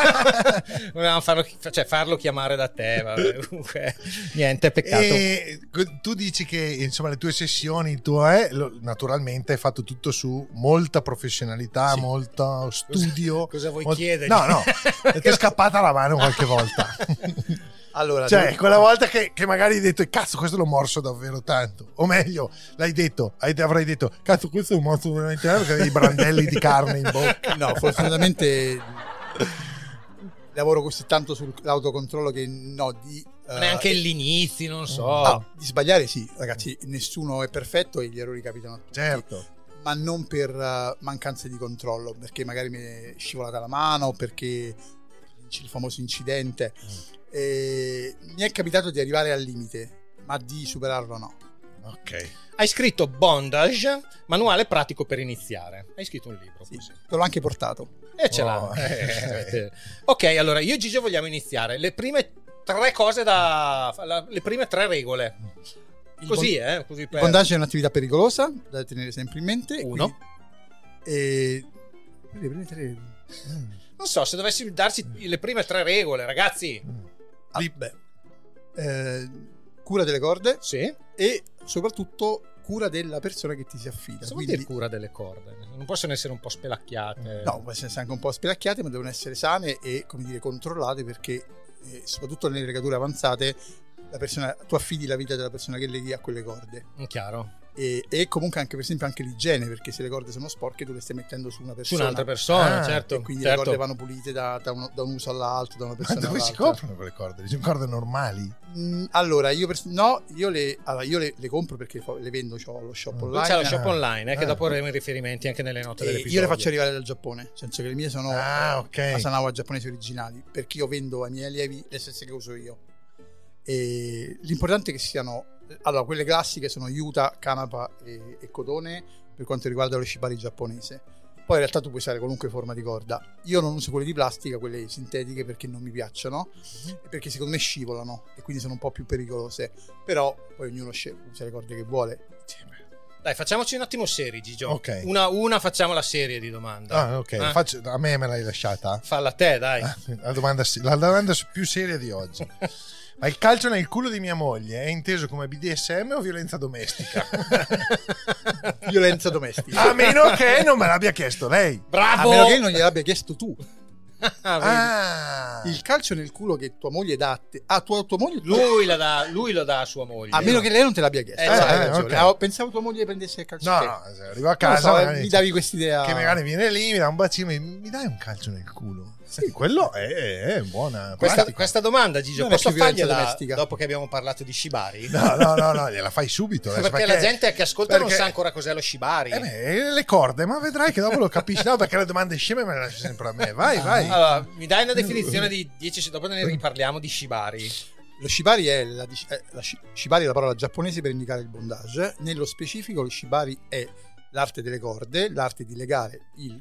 A: Volevamo farlo, chi- cioè, farlo chiamare da te.
B: [LAUGHS]
A: Vabbè. Comunque, niente, peccato.
B: E co- tu dici che insomma le tue sessioni, il tuo è lo- naturalmente è fatto tutto su molta professionalità,
A: Sì.
B: molto studio.
A: cosa vuoi
B: mol-
A: [LAUGHS] chiedere? [LAUGHS]
B: No, no, ti è scappata la mano qualche volta.
G: Allora,
B: Cioè,
G: devo-
B: quella volta che, che magari hai detto, cazzo, questo l'ho morso davvero tanto. O meglio, l'hai detto, hai- avrai detto, cazzo, questo è un morso veramente tanto perché avevi i brandelli di carne in bocca.
G: [LAUGHS] Eh, No, fortunatamente lavoro così tanto sull'autocontrollo che no, di... eh,
A: Neanche gli inizi, non so.
G: Ah, di sbagliare sì, ragazzi, nessuno è perfetto e gli errori capitano a tutti.
B: Certo.
G: Ma non per eh, mancanza di controllo, perché magari mi è scivolata la mano, perché c'è il famoso incidente. E mi è capitato di arrivare al limite, ma di superarlo no.
B: Ok.
A: Hai scritto Bondage, manuale pratico per iniziare. Hai scritto un libro. così.
G: Te l'ho anche portato.
A: E ce l'ha.
B: Oh,
A: [LAUGHS] Eh, ok, allora io e Gigio vogliamo iniziare. Le prime tre cose da. la- le prime tre regole. Così, eh? Così
G: Il
A: per...
G: bondaggio è un'attività pericolosa da tenere sempre in mente.
A: Uno.
G: quindi- E... quindi prendete le-
A: Non so, se dovessi darci le prime tre regole, ragazzi.
G: Ah, beh. Eh, cura delle corde
A: Sì.
G: e soprattutto cura della persona che ti si affida.
A: Cosa vuol dire
G: Cioè, Quindi,
A: cura delle corde? Non possono essere un po' spelacchiate.
G: no, possono essere anche un po' spelacchiate, ma devono essere sane e come dire, controllate perché, eh, soprattutto nelle legature avanzate, la persona, tu affidi la vita della persona che leghi a quelle corde.
A: Mm, Chiaro.
G: E, e comunque anche per esempio anche l'igiene perché se le corde sono sporche tu le stai mettendo su una
A: Su
G: persona
A: un'altra persona,
B: Ah,
A: certo.
G: e quindi
A: certo.
G: le corde vanno pulite da, da uno- da un uso all'altro da una
B: Ma
G: persona
B: dove si
G: all'altra
B: comprano quelle corde? Sono corde normali?
G: Mm, Allora, io, pers- no, io, le, allora, io le, le compro perché fo- le vendo, ho lo shop
A: Poi
G: online.
A: c'è lo shop
B: Ah.
A: online, eh, che
B: Ah.
A: dopo avremo i riferimenti anche nelle note
G: E
A: dell'episodio.
G: io le faccio arrivare dal Giappone, nel senso che le mie sono
B: Ah, ok.
G: eh, Asanawa giapponesi originali, perché io vendo ai miei allievi le stesse che uso io. E l'importante è che siano, allora, quelle classiche sono Yuta, Kanapa e, e Cotone per quanto riguarda lo shibari giapponese. Poi in realtà tu puoi usare qualunque forma di corda. Io non uso quelle di plastica, quelle sintetiche perché non mi piacciono
B: Mhm.
G: e perché secondo me scivolano e quindi sono un po' più pericolose. Però poi ognuno sceglie, usa le corde che vuole.
A: Dai, facciamoci un attimo seri, Gigio.
B: Ok.
A: Una a una facciamo la serie di domande.
B: Ah, ok.
A: Eh?
B: Faccio- a me me l'hai lasciata? Eh,
A: Falla a te, dai.
G: Ah.
A: [LAUGHS]
B: La domanda, se- la domanda più seria di
G: [LAUGHS]
B: oggi. Ma il calcio nel culo di mia moglie è inteso come BDSM o violenza
G: [LAUGHS]
B: domestica? [LAUGHS]
G: Violenza domestica.
B: a meno che non me l'abbia chiesto lei.
G: A
A: Bravo!
G: meno che non gliel'abbia chiesto tu.
A: Ah, vedi.
B: Ah,
G: Il calcio nel culo che tua moglie dà a te. Ah, tua, tua moglie.
A: lui, la dà, lui lo dà a sua moglie.
G: A meno che lei non te l'abbia chiesto.
A: Eh,
G: Eh,
A: esatto,
G: hai
B: eh,
G: ragione.
B: ok.
G: Ah, pensavo tua moglie prendesse il calcio.
B: no,
G: a te.
B: no, se arrivo a
G: cioè,
B: casa
G: Non lo so, eh,
B: magari-
G: mi davi quest'idea.
B: che magari viene lì, mi dà un bacino e mi mi dai un calcio nel culo. Sì, quello è, è buona.
A: Questa,
B: pratica.
A: questa domanda, Gigio,
G: Non è
A: posso
G: più violenza
A: fargliela
G: domestica.
A: dopo che abbiamo parlato di Shibari?
B: No, no, no, no, gliela fai subito. adesso,
A: perché, la gente che ascolta non
B: perché-
A: sa ancora cos'è lo Shibari.
B: Eh beh, le corde, ma vedrai che dopo lo capisci. No, perché le domande sceme me le lasci sempre a me. Vai, vai.
A: Ah. Allora, mi dai una
G: [LAUGHS]
A: definizione di 10 secondi, dopo ne riparliamo di Shibari.
G: Lo shibari è la, dic- eh, la shi- shibari è la parola giapponese per indicare il bondage. Nello specifico, lo shibari è l'arte delle corde, l'arte di legare il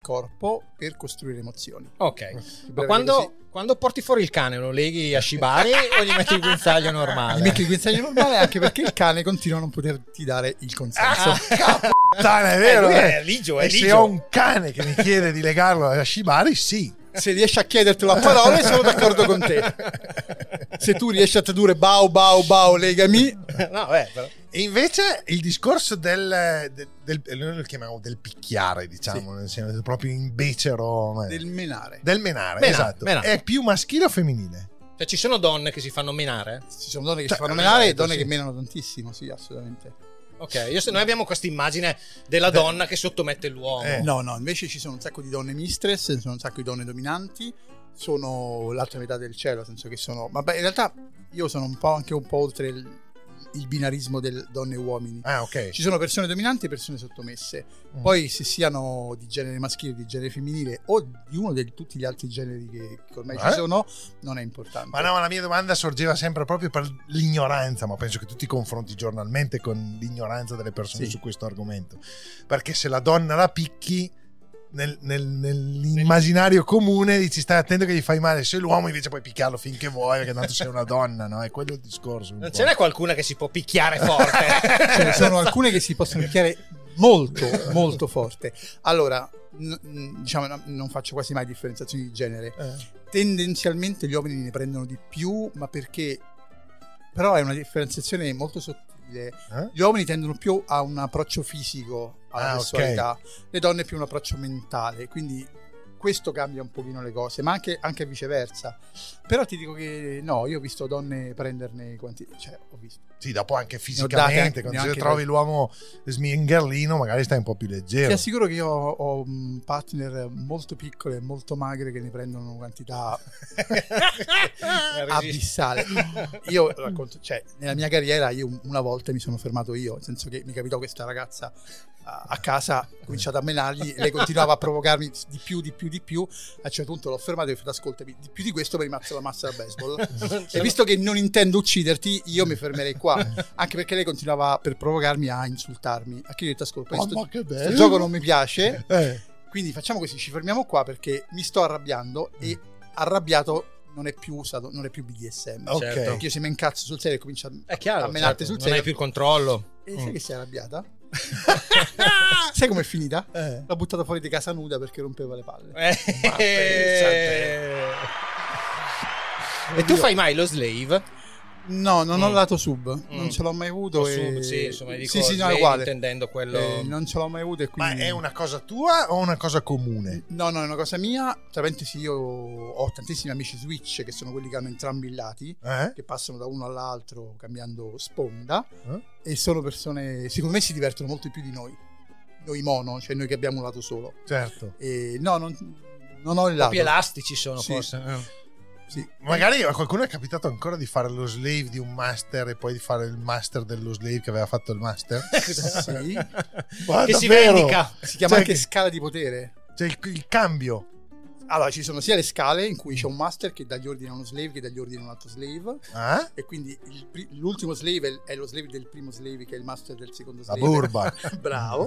G: corpo per costruire emozioni.
A: Ok, ma
G: breve
A: quando, quando porti fuori il cane lo leghi a
G: [LAUGHS]
A: Shibari o gli metti il guinzaglio normale?
G: Gli metti il guinzaglio normale anche perché il cane continua a non poterti dare il consenso.
B: Ah.
A: [LAUGHS]
B: Puttana, è vero.
A: lui è
B: eh.
A: ligio, è
B: e se
A: ligio.
B: ho un cane che mi chiede di legarlo a Shibari, sì.
G: se riesci a chiedertelo a parole sono d'accordo con te. Se tu riesci a tradurre bau bau bau legami,
A: [LAUGHS]
B: Eh.
A: no, beh, però-
B: E invece il discorso del, del, del- noi lo chiamiamo del picchiare, diciamo, nel senso proprio in becero ma-
G: del menare.
B: del menare,
A: Menare,
B: esatto.
A: menare.
B: È più maschile o femminile?
A: Cioè, ci sono donne che si fanno menare?
G: Ci sono donne che
B: Cioè,
G: si fanno menare e
B: esatto,
G: donne
B: sì.
G: che menano tantissimo, sì, assolutamente.
A: Ok, io se noi abbiamo questa immagine della donna che sottomette l'uomo.
B: Eh.
G: No, no, invece ci sono un sacco di donne mistress, ci sono un sacco di donne dominanti, sono l'altra metà del cielo, nel senso che sono... Ma beh, in realtà io sono un po' anche un po' oltre il, il binarismo del donne e uomini.
B: Ah, ok. Mm.
G: Ci sono persone dominanti e persone sottomesse. Poi se siano di genere maschile, di genere femminile o di uno di tutti gli altri generi che, che ormai
B: Eh?
G: ci sono, non è importante.
B: Ma no, ma la mia domanda sorgeva sempre proprio per l'ignoranza, ma penso che tu ti confronti giornalmente con l'ignoranza delle persone
G: Sì.
B: su questo argomento. Perché se la donna la picchi, nel- nel- nell'immaginario comune dici stai attento che gli fai male, se l'uomo invece puoi picchiarlo finché vuoi, perché tanto sei una donna, no? È quello il discorso. un
A: Non
B: po'.
A: ce n'è qualcuna che si può picchiare forte.
G: [LAUGHS] ce ne sono alcune
A: [LAUGHS]
G: che si possono picchiare molto molto forte allora n- n- diciamo no- non faccio quasi mai differenziazioni di genere
B: Eh.
G: tendenzialmente gli uomini ne prendono di più ma perché però è una differenziazione molto sottile
B: Eh?
G: gli uomini tendono più a un approccio fisico alla
B: Ah, ok.
G: sessualità le donne più un approccio mentale quindi questo cambia un pochino le cose, ma anche, anche viceversa. Però ti dico che no, io ho visto donne prenderne quanti... Cioè, ho visto.
B: Sì, dopo anche
G: Ne ho
B: fisicamente,
G: date-
B: quando
G: neanche
B: se trovi
G: per-
B: l'uomo smingerlino magari stai un po' più leggero.
G: Ti assicuro che io ho, ho, mh, partner molto piccole e molto magre che ne prendono una quantità
B: [LAUGHS]
G: abissale. Io racconto, cioè, nella mia carriera io un- una volta mi sono fermato io, nel senso che mi capitò questa ragazza a a casa, ho cominciato a menargli, e lei continuava a provocarmi di più, di più, di più, a un certo punto l'ho fermato e ho detto ascoltami, di più di questo mi rimazzo la massa
B: [LAUGHS]
G: da baseball. e visto che non intendo ucciderti, io mi fermerei qua, anche perché lei continuava per provocarmi a insultarmi. A chi ho detto ascolta,
B: Mamma,
G: questo
B: Oh, che
G: questo
B: bello.
G: gioco non mi piace.
B: Eh.
G: Quindi facciamo così, ci fermiamo qua perché mi sto arrabbiando e arrabbiato non è più usato, non è più BDSM.
A: Mm. Ok. Certo.
G: Perché io se mi incazzo sul serio e comincio a, a
A: certo,
G: menarti sul
A: non hai
G: serio.
A: più Mm. il controllo. Ah!
G: E sai che
A: [LAUGHS]
G: sei arrabbiata? [LAUGHS] sai com'è finita?
B: Eh.
G: L'ho buttata fuori di casa nuda perché rompeva le palle.
A: Eh.
G: Ma pensa te.
A: E tu fai mai lo slave?
G: No, non ho
A: Mm.
G: lato sub, non
A: Mm.
G: ce l'ho mai avuto.
A: O
G: e...
A: sub, sì, insomma, dico
G: sì, sì, no, è
A: slave
G: uguale.
A: intendendo quello-
G: Eh, non ce l'ho mai avuto e quindi...
B: Ma è una cosa tua o una cosa comune?
G: No, no, è una cosa mia. Tra parentesi, io ho tantissimi amici Switch che sono quelli che hanno entrambi i lati,
B: Eh?
G: che passano da uno all'altro cambiando sponda.
B: Eh?
G: E sono persone, secondo me, si divertono molto più di noi, noi mono, cioè noi che abbiamo un lato solo.
B: Certo.
G: E no, non, non ho il lato.
A: Proprio elastici sono
G: Sì.
A: forse.
G: Sì.
B: Eh. Magari a qualcuno è capitato ancora di fare lo slave di un master e poi di fare il master dello slave che aveva fatto il master.
A: [LAUGHS]
G: Sì.
B: [LAUGHS] Ma
G: Che si
B: Ah, davvero?
G: vendica. Si chiama
B: Cioè,
G: anche scala di potere.
B: Cioè il, il cambio.
G: Allora, ci sono sia le scale in
A: Mm.
G: cui c'è un master che dà gli ordini a uno slave che dà gli ordini a un altro slave.
B: Ah?
G: E quindi il pri- l'ultimo slave è- è lo slave del primo slave che è il master del secondo
B: La
G: slave.
B: burba.
G: [LAUGHS] Bravo.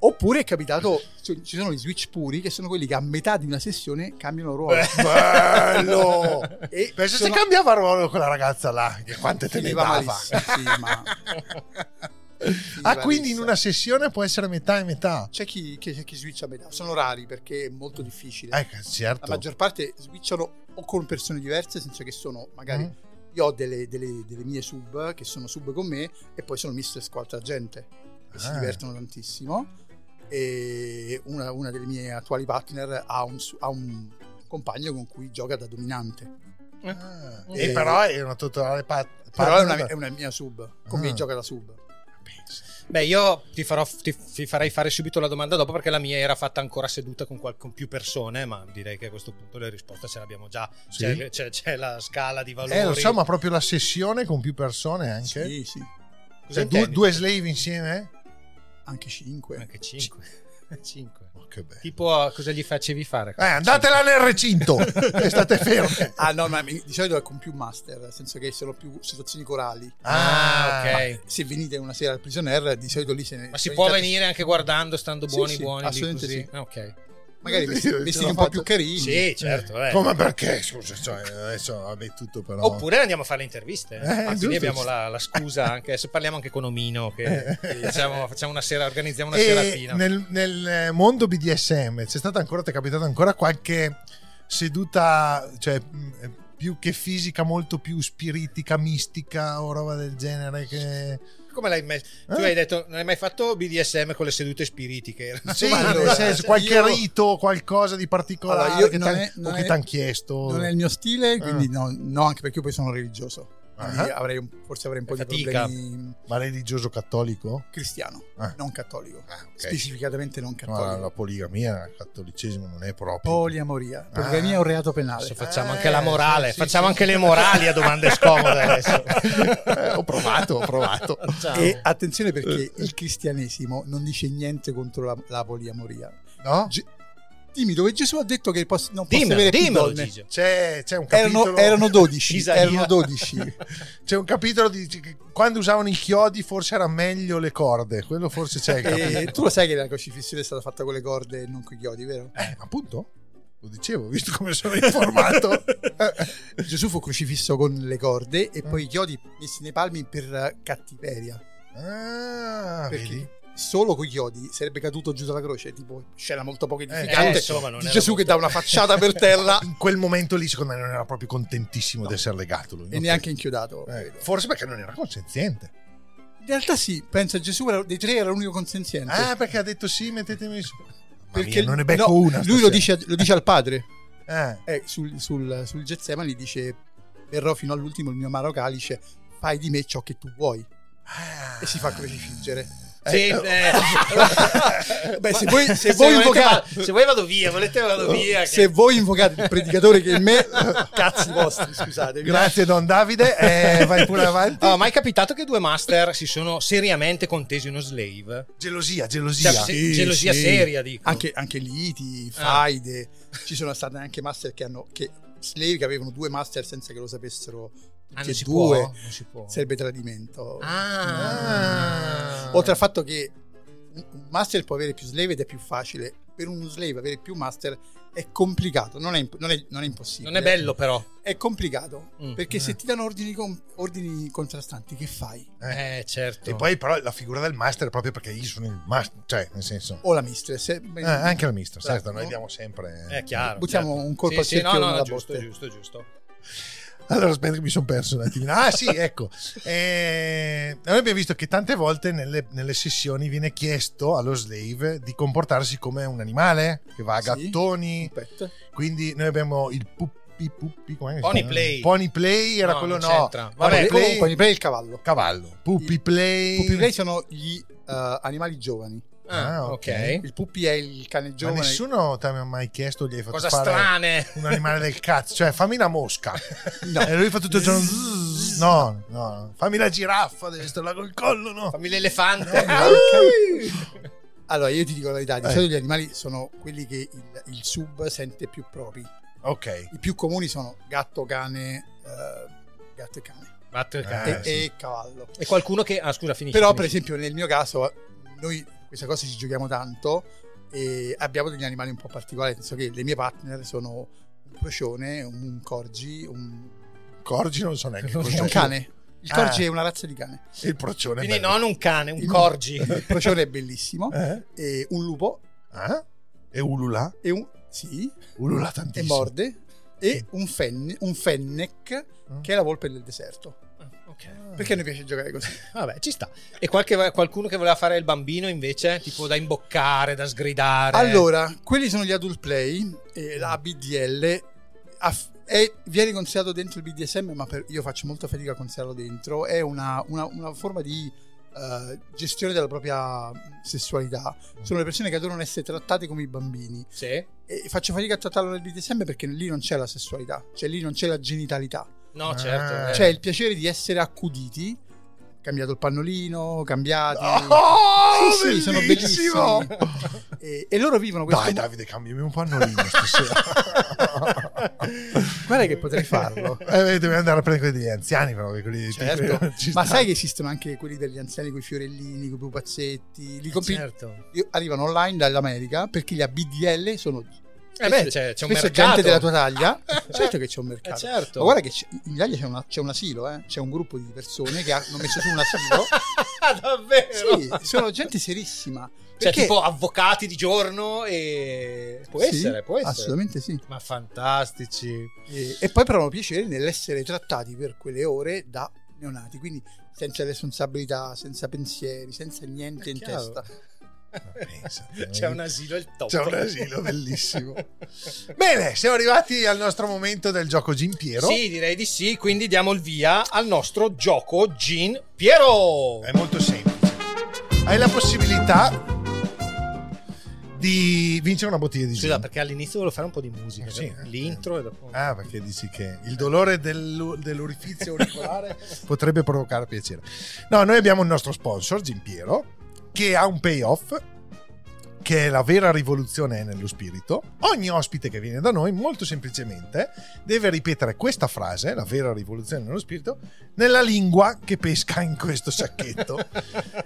G: Oppure è capitato, ci ci sono gli switch puri che sono quelli che a metà di una sessione cambiano ruolo.
B: [LAUGHS] Bello!
G: [LAUGHS] E
B: Penso
G: sono-
B: se cambiava ruolo quella ragazza là, che quante te ne
G: Finiva
B: dava.
G: malissimo, sì,
B: [LAUGHS]
G: ma-
B: ah, quindi in una sessione può essere metà e metà.
G: C'è chi, che- c'è chi switcha a metà, sono rari perché è molto difficile.
B: Eh, certo.
A: Esatto.
G: La maggior parte switchano o con persone diverse, nel senso che sono magari.
A: Mm.
G: Io ho delle, delle- delle mie sub che sono sub con me e poi sono mistress con altra gente che si
B: Ah.
G: divertono tantissimo. E una, una delle mie attuali partner ha un, su- ha un compagno con cui gioca da dominante.
B: Ah, e
G: Eh,
B: però è una totale pat-
A: Ah,
G: Però è una,
B: partner.
G: è una mia sub, con me
B: Ah.
G: gioca da sub.
A: Beh, io ti, farò, ti, ti farei fare subito la domanda dopo perché la mia era fatta ancora seduta con, qual- con più persone, ma direi che a questo punto le risposte ce l'abbiamo già.
B: Sì.
A: C'è, c'è- c'è la scala di valori.
B: Eh, lo so, ma proprio la sessione con più persone anche?
G: Sì, sì.
A: Cosa
B: Cioè, due,
A: intendi?
B: due slave insieme?
G: Anche 5.
A: Anche 5. [LAUGHS] 5.
B: Oh, che bello.
A: Tipo, cosa gli facevi fare?
B: Eh, andatela nel recinto e state fermi.
G: [LAUGHS] [LAUGHS] Ah, no, ma mi- di solito è con più master, nel senso che sono più situazioni corali.
A: Ah, ok.
G: Ma se venite una sera al prisoner, di solito lì se ne.
A: Ma si può venire anche guardando, stando
G: Sì,
A: buoni,
G: sì,
A: buoni. lì,
G: assolutamente
A: così?
G: sì.
A: Ah, Ok.
G: Magari vesti-
A: Io ce
G: vestiti
A: l'ho
G: un po'
A: fatto.
G: più carini.
A: Sì, certo. eh.
B: Come perché? Scusa, cioè, adesso vabbè tutto però.
A: Oppure andiamo a fare le interviste.
B: Eh,
A: Ah, quindi
B: giusto,
A: abbiamo
B: giusto.
A: la, la scusa anche se parliamo anche con Omino. Che
B: Eh.
A: diciamo, facciamo una sera, organizziamo una
B: E
A: seratina.
B: nel, nel, eh, mondo BDSM c'è stata ancora, ti è capitata ancora qualche seduta, cioè mh, eh, più che fisica, molto più spiritica, mistica o roba del genere che...
A: Come l'hai messo? Tu
B: Eh?
A: hai detto, non hai mai fatto BDSM con le sedute spiritiche?
B: Sì,
A: Ma
B: nel
A: allora,
B: senso,
A: cioè,
B: qualche
A: io-
B: rito, qualcosa di particolare
G: Allora, io
B: che
G: non
B: t'han-
G: è- non
B: o che
G: è-
B: ti hanno chiesto.
G: Non è il mio stile, quindi no, no, anche perché io poi sono religioso. quindi
B: Ah.
G: avrei un- forse avrei un po' di problemi
B: Ma religioso cattolico?
G: cristiano,
B: Ah.
G: non cattolico, specificatamente non cattolico.
B: Ma la poligamia, il cattolicesimo non è proprio.
G: Poliamoria,
B: Ah.
G: poligamia è un reato penale.
A: Adesso facciamo
B: Eh,
A: anche la morale, facciamo anche le morali a
B: [LAUGHS]
A: domande scomode adesso.
B: ho provato, ho provato.
G: Ah. E
B: ah,
G: attenzione perché
B: Eh.
G: il cristianesimo non dice niente contro la, la poliamoria.
B: No?
G: Dimmi dove Gesù ha detto che posso, non posso
B: Dimmelo,
G: avere più
B: dimmelo,
G: donne.
B: Gigio. C'è, c'è un capitolo.
G: Erano, erano 12,
B: Isaia.
A: [LAUGHS]
G: erano 12.
B: C'è un capitolo di che quando usavano i chiodi forse era meglio le corde, quello forse c'è il
G: e
B: capitolo.
G: tu lo sai che la crocifissione è stata fatta con le corde e non con i chiodi, vero?
B: Eh, appunto. Lo dicevo, visto come sono
G: [LAUGHS]
B: informato.
G: Eh, Gesù fu crocifisso con le corde e
B: Mm.
G: poi i chiodi messi nei palmi per eh, cattiveria.
B: Ah,
G: Perché
B: vedi?
G: Solo con i chiodi sarebbe caduto giù dalla croce, tipo scena molto poco
B: eh,
G: edificante
B: insomma, non
G: di
B: era
G: Gesù
B: molto-
G: che dà una facciata per
B: [LAUGHS]
G: terra
B: In quel momento lì secondo me non era proprio contentissimo di essere legato lui.
G: e neanche inchiodato.
B: Eh, forse perché non era consenziente.
G: In realtà sì, pensa Gesù era- dei tre era l'unico consenziente.
B: Ah, perché ha detto sì, mettetemi su.
G: perché
B: mia, non ne becco una
G: Lui
B: stasera.
G: lo dice, lo dice al padre.
B: Eh.
G: Eh, sul, sul, sul Getsemani dice verrò fino all'ultimo il mio amaro calice, fai di me ciò che tu vuoi. E si fa crocifiggere.
A: Ah. Sì,
G: Eh,
A: eh.
B: [LAUGHS]
G: Beh, se
A: Ma- [LAUGHS]
G: voi, se voi
A: volete
G: invocate,
A: va- se voi vado via, volete vado via. che-
G: eh, se voi invocate il predicatore che è in
A: [LAUGHS]
G: me, cazzi vostri, scusate.
B: Grazie Don Davide, eh, vai
A: [LAUGHS]
B: [LAUGHS] pure avanti.
A: Oh, ma è capitato che due master si sono seriamente contesi uno slave?
B: Gelosia, gelosia.
A: Cioè, se- gelosia
G: sì.
A: seria, dico. Ah.
G: Anche, anche liti, faide. Ci sono state anche master che hanno. Che, slave che avevano due master senza che lo sapessero.
A: Ah, non
G: Tutti e
A: si può?
G: due.
A: Non si può.
G: Sarebbe tradimento.
A: Ah.
G: Oltre al fatto che un un master può avere più slave ed è più facile. Per uno slave avere più master è complicato, non è, imp- non è- non è impossibile.
A: Non è bello, però.
G: È complicato,
A: Mm.
G: perché se ti danno ordini, com- ordini contrastanti, che fai?
A: Eh, certo.
B: E poi però la figura del master è proprio perché io sono il master, cioè nel senso...
G: O la mistress. eh,
B: Eh, anche la mistress,
G: Bravo.
B: certo, noi diamo sempre... eh,
A: È chiaro.
G: Buttiamo
A: certo.
G: un colpo al
A: sì, sì, no,
G: cerchio
A: no,
G: nella
A: giusto,
G: botte.
A: giusto, giusto.
B: Allora aspetta che mi sono perso un attimino. Ah sì, [LAUGHS] ecco. Eh, noi abbiamo visto che tante volte nelle, nelle sessioni viene chiesto allo slave di comportarsi come un animale che va a
G: Sì.
B: gattoni.
G: Aspetta.
B: Quindi noi abbiamo il puppi puppi com'è che si
A: Pony
B: chiama?
A: play.
B: Pony play era
A: No,
B: quello
A: non
B: no.
A: c'entra.
B: Pony
G: Vabbè,
B: play,
G: comunque, Play il cavallo.
B: cavallo. Puppi play.
G: Puppi play sono gli eh, animali giovani.
A: Ah, ok.
G: Il puppi è il cane
B: Ma
G: giovane.
B: nessuno ti ha mai chiesto gli hai fatto
A: Cosa
B: fare
A: strane.
B: un animale del cazzo, cioè fammi una mosca.
G: No.
B: E lui fa tutto il giorno "Zzz". No, no, fammi la giraffa, deve stare là col collo, no.
A: [LAUGHS] Fammi l'elefante.
G: Allora, io ti dico la verità: di
B: Eh.
G: solito gli animali sono quelli che il, il sub sente più propri.
B: Ok.
G: I più comuni sono gatto, cane, eh, gatto e cane
A: Batto il
G: e,
A: cane.
B: Eh, sì.
G: e cavallo.
A: E qualcuno che... Ah, scusa, finisci.
G: Però, per
A: finisci.
G: esempio, nel mio caso, noi questa cosa ci giochiamo tanto e abbiamo degli animali un po' particolari. Penso che le mie partner sono un procione, un corgi, un,
B: Corgi non so neanche
G: è
B: cos'è.
G: [LAUGHS] un cane. Il corgi
B: Ah.
G: è una razza di cane.
B: E il procione. è
A: Quindi
B: bello.
A: non un cane, un
G: [LAUGHS]
A: corgi.
G: Il procione è bellissimo.
B: Eh?
G: E un lupo
B: Ah? E ulula?
G: e un sì,
B: Ulula
G: e
B: tantissimo.
G: morde e un, fenne, un fennec
B: Mm.
G: che è la volpe del deserto.
A: Ok.
G: Perché a noi piace giocare così?
A: Vabbè, ci sta. E qualche- qualcuno che voleva fare il bambino invece, tipo da imboccare, da sgridare.
G: Allora, quelli sono gli adult play, e la BDL aff- è- viene considerato dentro il BDSM, ma per- io faccio molta fatica a considerarlo dentro. È una, una- una forma di eh, gestione della propria sessualità. Sono le persone che adorano essere trattate come i bambini.
A: Sì.
G: E faccio fatica a trattarlo nel BDSM perché lì non c'è la sessualità, cioè lì non c'è la genitalità.
A: No, certo. eh. [LAUGHS]
G: C'è il piacere di essere accuditi. Cambiato il pannolino, cambiati.
B: [LAUGHS] Oh,
G: sì, sì, sono
B: bellissimo!
G: bellissimi.
B: [LAUGHS]
G: e, e loro vivono questo.
B: Dai
G: mo-
B: Davide, cambiami un pannolino stasera.
G: Guarda che potrei farlo.
B: [LAUGHS] eh, dobbiamo andare a prendere quelli degli anziani, però, che quelli dei
G: Certo.
A: [LAUGHS]
B: piccoli non ci
G: Ma
B: stanno.
G: sai che esistono anche quelli degli anziani con i fiorellini, con i pupazzetti. Li compi-
A: Certo.
G: io- Arrivano online dall'America perché gli ABDL sono.
A: Eh beh, c'è, c'è un
G: spesso
A: mercato.
G: gente della
A: [LAUGHS]
G: tua taglia. certo che c'è un mercato.
A: Eh, certo.
G: Ma guarda che c'è- in Italia c'è, una- c'è un asilo, eh. c'è un gruppo di persone che hanno messo su un asilo.
A: [LAUGHS] Davvero?
G: Sì, sono gente serissima.
A: Cioè,
G: Perché-
A: tipo avvocati di giorno e... Può
G: Sì,
A: essere, può essere.
G: Assolutamente sì.
A: Ma fantastici.
G: E, e poi provano piacere nell'essere trattati per quelle ore da neonati, quindi senza responsabilità, senza pensieri, senza niente
A: È
G: in
A: chiaro.
G: testa.
A: C'è un asilo il top.
B: Eh, C'è un asilo
A: [LAUGHS]
B: bellissimo. Bene, siamo arrivati al nostro momento del gioco Gin Piero.
A: Sì, direi di sì, quindi diamo il via al nostro gioco Gin Piero.
G: Eh,
B: È molto semplice. Hai la possibilità di vincere una bottiglia di gin.
A: Scusa, perché all'inizio volevo fare un po' di
G: Eh
A: musica,
B: Sì,
A: no? l'intro e dopo...
B: Ah, perché dici che il dolore dell'u- dell'orifizio
G: [LAUGHS]
B: auricolare potrebbe provocare piacere. No, noi abbiamo il nostro sponsor, Gimpiero, che ha un payoff che è la vera rivoluzione nello spirito. Ogni ospite che viene da noi, molto semplicemente, deve ripetere questa frase, la vera rivoluzione nello spirito, nella lingua che pesca in questo
G: [LAUGHS]
B: sacchetto.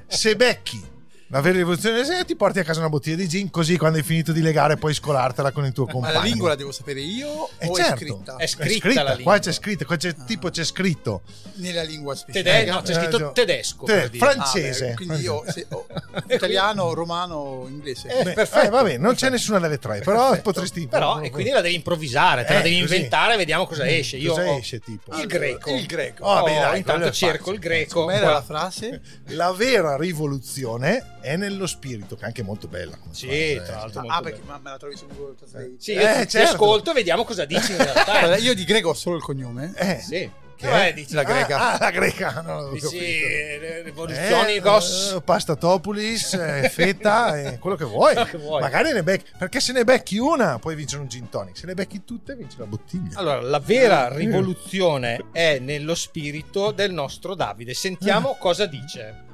B: Se becchi la vera rivoluzione nello spirito, ti porti a casa una bottiglia di gin, così quando hai finito di legare puoi scolartela con il tuo
G: Ma
B: compagno.
G: la lingua la devo sapere io
B: Eh,
G: o
B: certo.
G: è scritta?
A: È
B: È
A: scritta,
B: scritta,
A: la
B: qua
A: lingua.
B: c'è scritto, qua c'è tipo c'è scritto
G: Nella lingua specifica.
A: Tede- no, Ah, c'è scritto
B: Eh,
A: tedesco,
B: te-
A: per dire.
B: francese.
G: Ah, beh, quindi io se-
B: [LAUGHS]
G: o- italiano, romano, inglese.
B: Beh, eh, vabbè, non c'è nessuna delle tre, però
G: Perfetto.
B: potresti
A: Però, e quindi la devi improvvisare, te la
B: Eh,
A: devi
B: così. Mm,
A: inventare, vediamo cosa esce. Io
B: Cosa
A: ho
B: esce, tipo?
A: Il greco.
G: Il greco.
A: Oh,
B: Ah, beh, dai, quello
A: intanto
B: è
A: cerco
B: facile.
A: il greco.
G: Com'era la
B: Eh,
G: frase?
B: la vera rivoluzione è nello spirito, che è anche molto bella. come
A: Sì,
B: frase, eh.
A: tra l'altro molto
G: Ah,
A: bello.
G: perché ma me la trovi su Google Translate?
A: Sì, io
B: Eh,
A: ti- ti
B: certo.
A: ascolto e vediamo cosa dici in realtà.
B: [LAUGHS]
G: Guarda, io di greco ho solo il cognome.
B: Eh,
A: Sì.
B: che
A: Eh,
B: è?
A: dici-
G: La greca.
B: Ah, ah, la greca, no, l'avevo
A: Dici,
B: capito.
A: eh,
B: Eh,
A: rivoluzioni, gos.
B: eh, Pastatopolis, eh, feta, eh, quello che vuoi.
A: Quello che vuoi.
B: Magari ne becchi, perché se ne becchi una, puoi vincere un gin tonic. Se ne becchi tutte, vinci la bottiglia.
A: Allora, la vera rivoluzione è nello spirito del nostro Davide.
B: Eh.
A: Sentiamo cosa dice.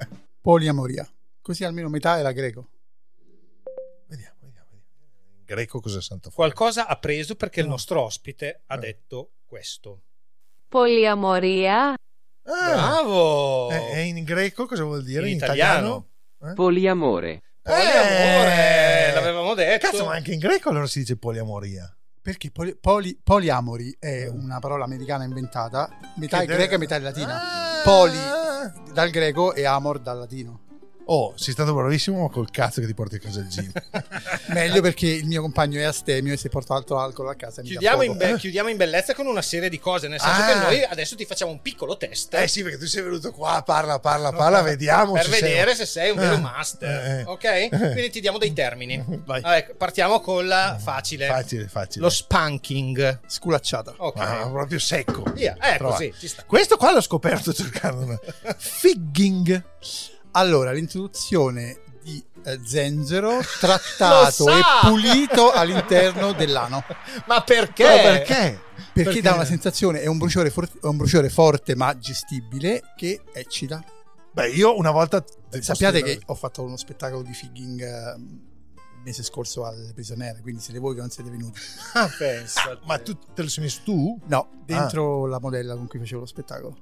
G: Poliamoria. Così almeno metà era greco.
B: Vediamo, vediamo, vediamo. In greco cosa è santo fuoco.
A: Qualcosa ha preso perché
B: Eh.
A: il nostro ospite ha detto questo.
H: Poliamoria.
B: Ah,
A: Bravo!
B: eh, è in greco cosa vuol dire?
A: In
B: In,
A: italiano?
B: italiano?
I: Poliamore.
A: Poliamore,
B: Eh!
A: l'avevamo detto.
B: Cazzo, ma anche in greco allora si dice poliamoria.
G: Perché poli- poli- poliamori è una parola americana inventata, metà
B: Eh. Che
G: è
B: deve-
G: greca e metà è latina.
B: Ah!
G: Poli dal greco e amor dal latino.
B: Oh, sei stato bravissimo, ma col cazzo che ti porti a casa il
A: [LAUGHS]
B: gin. [LAUGHS] Eh.
G: Meglio perché il mio compagno è astemio e se porto altro alcol a casa mi dà
A: Chiudiamo in,
G: fuoco.
A: be- chiudiamo in bellezza con una serie di cose, nel senso
B: Ah.
A: che noi adesso ti facciamo un piccolo test
B: eh sì, perché tu sei venuto qua, parla, parla, parla, vediamo.
A: per
B: se sei-
A: vedere se sei un vero
B: Eh,
A: master,
B: eh, eh.
A: ok? Quindi ti diamo dei
B: [LAUGHS]
A: termini. Ah, ecco, partiamo con la facile.
B: Facile, facile.
A: Lo spanking.
G: Sculacciata.
A: Ok.
B: Ah, proprio secco.
A: Via, ecco,
B: Trova.
A: sì, ci sta.
B: Questo qua l'ho scoperto
A: [LAUGHS]
B: cercando una... Figging.
G: Allora, l'introduzione di eh, zenzero trattato
A: Lo
G: e
A: sa!
G: pulito all'interno dell'ano.
A: Ma perché?
B: Però Oh, perché?
G: Perché, dà una sensazione, è un bruciore, for- è un bruciore forte ma gestibile che eccita.
B: Beh, io una volta...
G: Sappiate che ho fatto uno spettacolo di figging eh, il mese scorso al prigioniere, quindi siete voi che non siete venuti.
A: Ah,
G: [LAUGHS]
A: pensa.
B: Ma tu te lo sei messo tu?
G: No, dentro la modella con cui facevo lo spettacolo.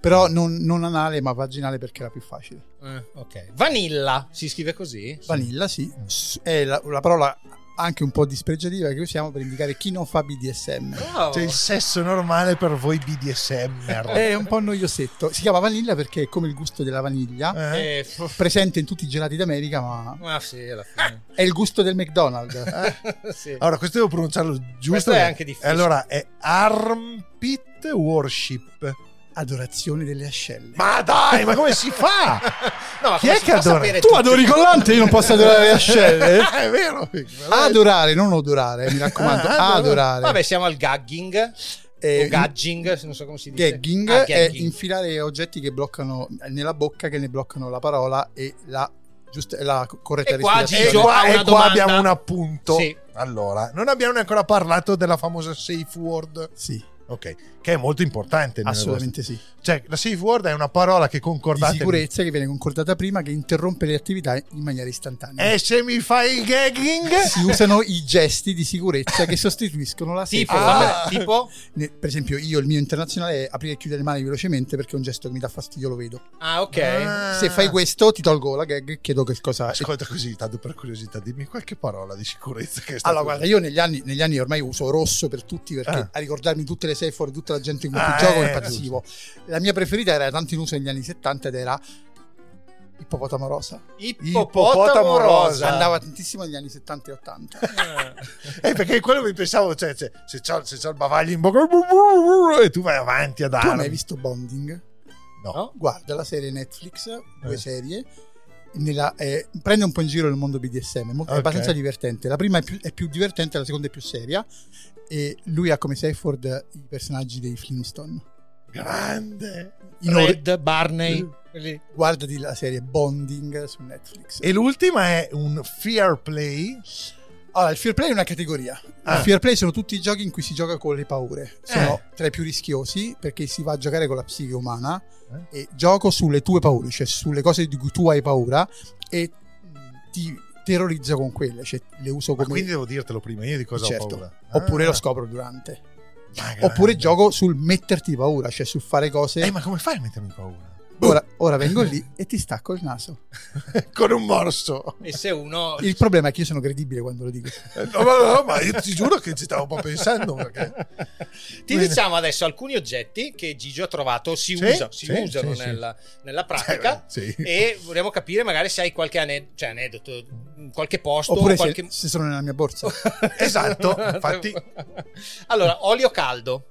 G: Però non, non anale ma vaginale perché era più facile.
A: Eh, ok. Vanilla, si scrive così?
G: Vanilla, sì, S- è la, la parola anche un po' dispregiativa che usiamo per indicare chi non fa BDSM.
A: Bravo.
B: C'è Cioè, il sesso normale per voi BDSM.
G: È un po' noiosetto. Si chiama vanilla perché è come il gusto della vaniglia,
B: Eh?
A: Eh, f-
G: presente in tutti i gelati d'America, ma
A: ma sì, alla
B: [LAUGHS]
A: fine.
G: è il gusto del McDonald's.
A: Sì.
B: Allora, questo devo pronunciarlo giusto.
A: Questo è
B: perché-
A: anche difficile.
B: Allora, è Armpit Worship.
G: Adorazione delle ascelle.
B: Ma dai, ma come si [LAUGHS] fa?
A: No, ma
B: Chi
A: come
B: è
A: si
B: che
A: fa a
B: adora?
A: sapere
G: Tu adori collante, io non posso adorare le ascelle.
B: Eh, è vero.
G: [LAUGHS] Adorare, non odorare, mi raccomando,
B: Ah,
G: adorare.
A: Vabbè, siamo al gagging.
B: Oh,
G: Eh,
A: o gagging, non so come si dice.
G: Gagging
A: Ah,
G: è
A: gagging.
G: infilare oggetti che bloccano nella bocca, che ne bloccano la parola e la, giusta, la corretta
A: E qua
B: E
A: Gigi
G: respirazione.
A: Io ho
B: qua,
A: una
B: e qua
A: domanda.
B: abbiamo un appunto.
A: Sì.
B: Allora, non abbiamo ancora parlato della famosa safe word.
G: Sì,
B: Ok, che è molto importante. nelle
G: assolutamente sì.
B: vostre- Cioè, la safe word è una parola che
G: Di
B: concordate.
G: sicurezza che viene concordata prima, che interrompe le attività in maniera istantanea.
B: E se mi fai il gagging?
G: Si usano i gesti di sicurezza che sostituiscono la
A: Tipo,
G: safe word.
B: ah.
A: vabbè, tipo?
G: Ne- Per esempio, io il mio internazionale è aprire e chiudere le mani velocemente perché è un gesto che mi dà fastidio, lo vedo.
A: Ah, ok.
B: Ah.
G: Se fai questo, ti tolgo la gag e chiedo che cosa.
B: Ascolta così, tanto per curiosità, dimmi qualche parola di sicurezza che è stata
G: Allora, guarda, io negli anni, negli anni ormai uso rosso per tutti perché
B: Ah.
G: a ricordarmi tutte le safe fuori tutta la gente in cui
B: Ah,
G: gioco
B: eh,
G: è passivo. La mia preferita era tanto in uso negli anni 70 ed era Ippopotamo Rosa.
A: Ippopotamo rosa.
G: Andava tantissimo negli anni 70 e 80.
B: Eh, perché quello mi pensavo, cioè, se, se c'ho, se c'ho il bavaglio in bocca bu- bu- bu- e tu vai avanti ad
G: tu hai mai
B: armi.
G: visto Bonding?
B: No.
G: Guarda la serie Netflix, due
B: Eh.
G: serie. nella- eh, prende un po' in giro il mondo BDSM, è molto-
B: Ok.
G: è abbastanza divertente. La prima è più, è più divertente, la seconda è più seria. E lui ha come Seyford i personaggi dei Flintstone.
B: Grande!
A: Red, Barney.
G: Eh, Guardati la serie Bonding su Netflix.
B: E l'ultima è un fair play.
G: Allora, il fair play è una categoria.
B: Ah. Eh.
G: Il fair play sono tutti i giochi in cui si gioca con le paure. Sono tra i più rischiosi perché si va a giocare con la psiche umana
B: Eh.
G: e gioco sulle tue paure, cioè sulle cose di cui tu hai paura e ti terrorizzo con quelle, cioè le uso
B: Ma
G: come...
B: quindi devo dirtelo prima, io di cosa ho
G: Certo.
B: paura.
G: Oppure
B: Ah.
G: lo scopro durante.
B: grande.
G: Oppure gioco sul metterti paura, cioè sul fare cose...
B: Eh, ma come fai a mettermi paura? [LAUGHS]
G: Ora, ora vengo lì e ti stacco il naso.
B: Con un morso.
A: E se uno...
G: Il problema è che io sono credibile quando lo dico.
B: No, no, no, ma io ti giuro che ci stavo un po' pensando perché...
A: Ti diciamo adesso alcuni oggetti che Gigio ha trovato, si,
B: Sì,
A: usa- si
B: sì,
A: usano
B: sì, sì.
A: nella, nella pratica
B: Eh,
G: [LAUGHS]
B: sì.
A: e vorremmo capire magari se hai qualche ane- cioè, aneddoto, qualche posto,
G: Oppure se-
A: qualche...
G: se sono nella mia borsa.
B: [LAUGHS] Esatto, infatti...
A: [LAUGHS] Allora, olio caldo,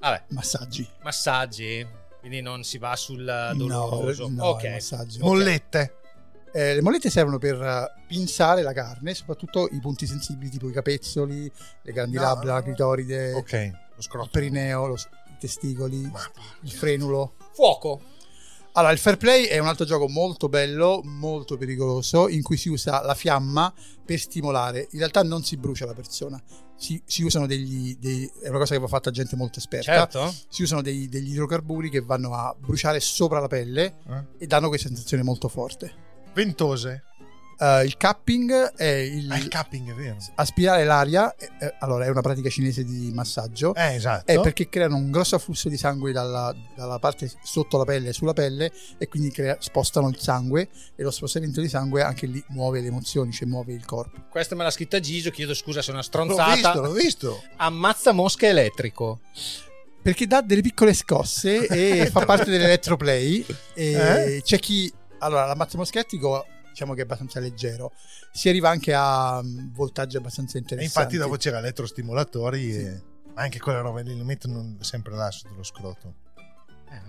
A: vabbè,
G: Massaggi.
A: massaggi, quindi non si va sul doloroso.
G: No, no,
A: ok.
G: il massaggio.
A: Ok.
G: Eh, le mollette servono per eh, pinzare la carne, soprattutto i punti sensibili tipo i capezzoli, le grandi
B: No,
G: labbra,
B: no,
G: la clitoride,
B: Ok,
G: il perineo, lo s- i testicoli, il frenulo.
A: Fuoco.
G: Allora, il fair play è un altro gioco molto bello, molto pericoloso, in cui si usa la fiamma per stimolare. In realtà non si brucia la persona, si, si usano degli... dei- è una cosa che va fatta gente molto esperta.
A: Certo.
G: Si usano dei- degli idrocarburi che vanno a bruciare sopra la pelle
B: Eh?
G: e danno questa sensazione molto forte.
B: Ventose.
G: Eh, il capping è il,
B: Ah, il capping è vero.
G: aspirare l'aria, eh, eh, allora è una pratica cinese di massaggio.
B: Eh, esatto.
G: È perché creano un grosso afflusso di sangue dalla, dalla parte sotto la pelle e sulla pelle e quindi crea- spostano il sangue e lo spostamento di sangue anche lì muove le emozioni, cioè muove il corpo.
A: Questa me l'ha scritta Gigio, chiedo scusa se è una
B: L'ho
A: stronzata.
B: visto, l'ho visto.
A: Ammazza mosche elettrico.
G: Perché dà delle piccole scosse e
B: [LAUGHS]
G: fa parte dell'elettroplay e
B: Eh?
G: c'è chi... Allora, l'ammazzo moschettico diciamo che è abbastanza leggero, si arriva anche a mm, voltaggi abbastanza
B: E
G: interessanti.
B: infatti dopo c'era elettrostimolatori e... Ma anche quella roba lì, le mettono sempre là sotto lo scroto.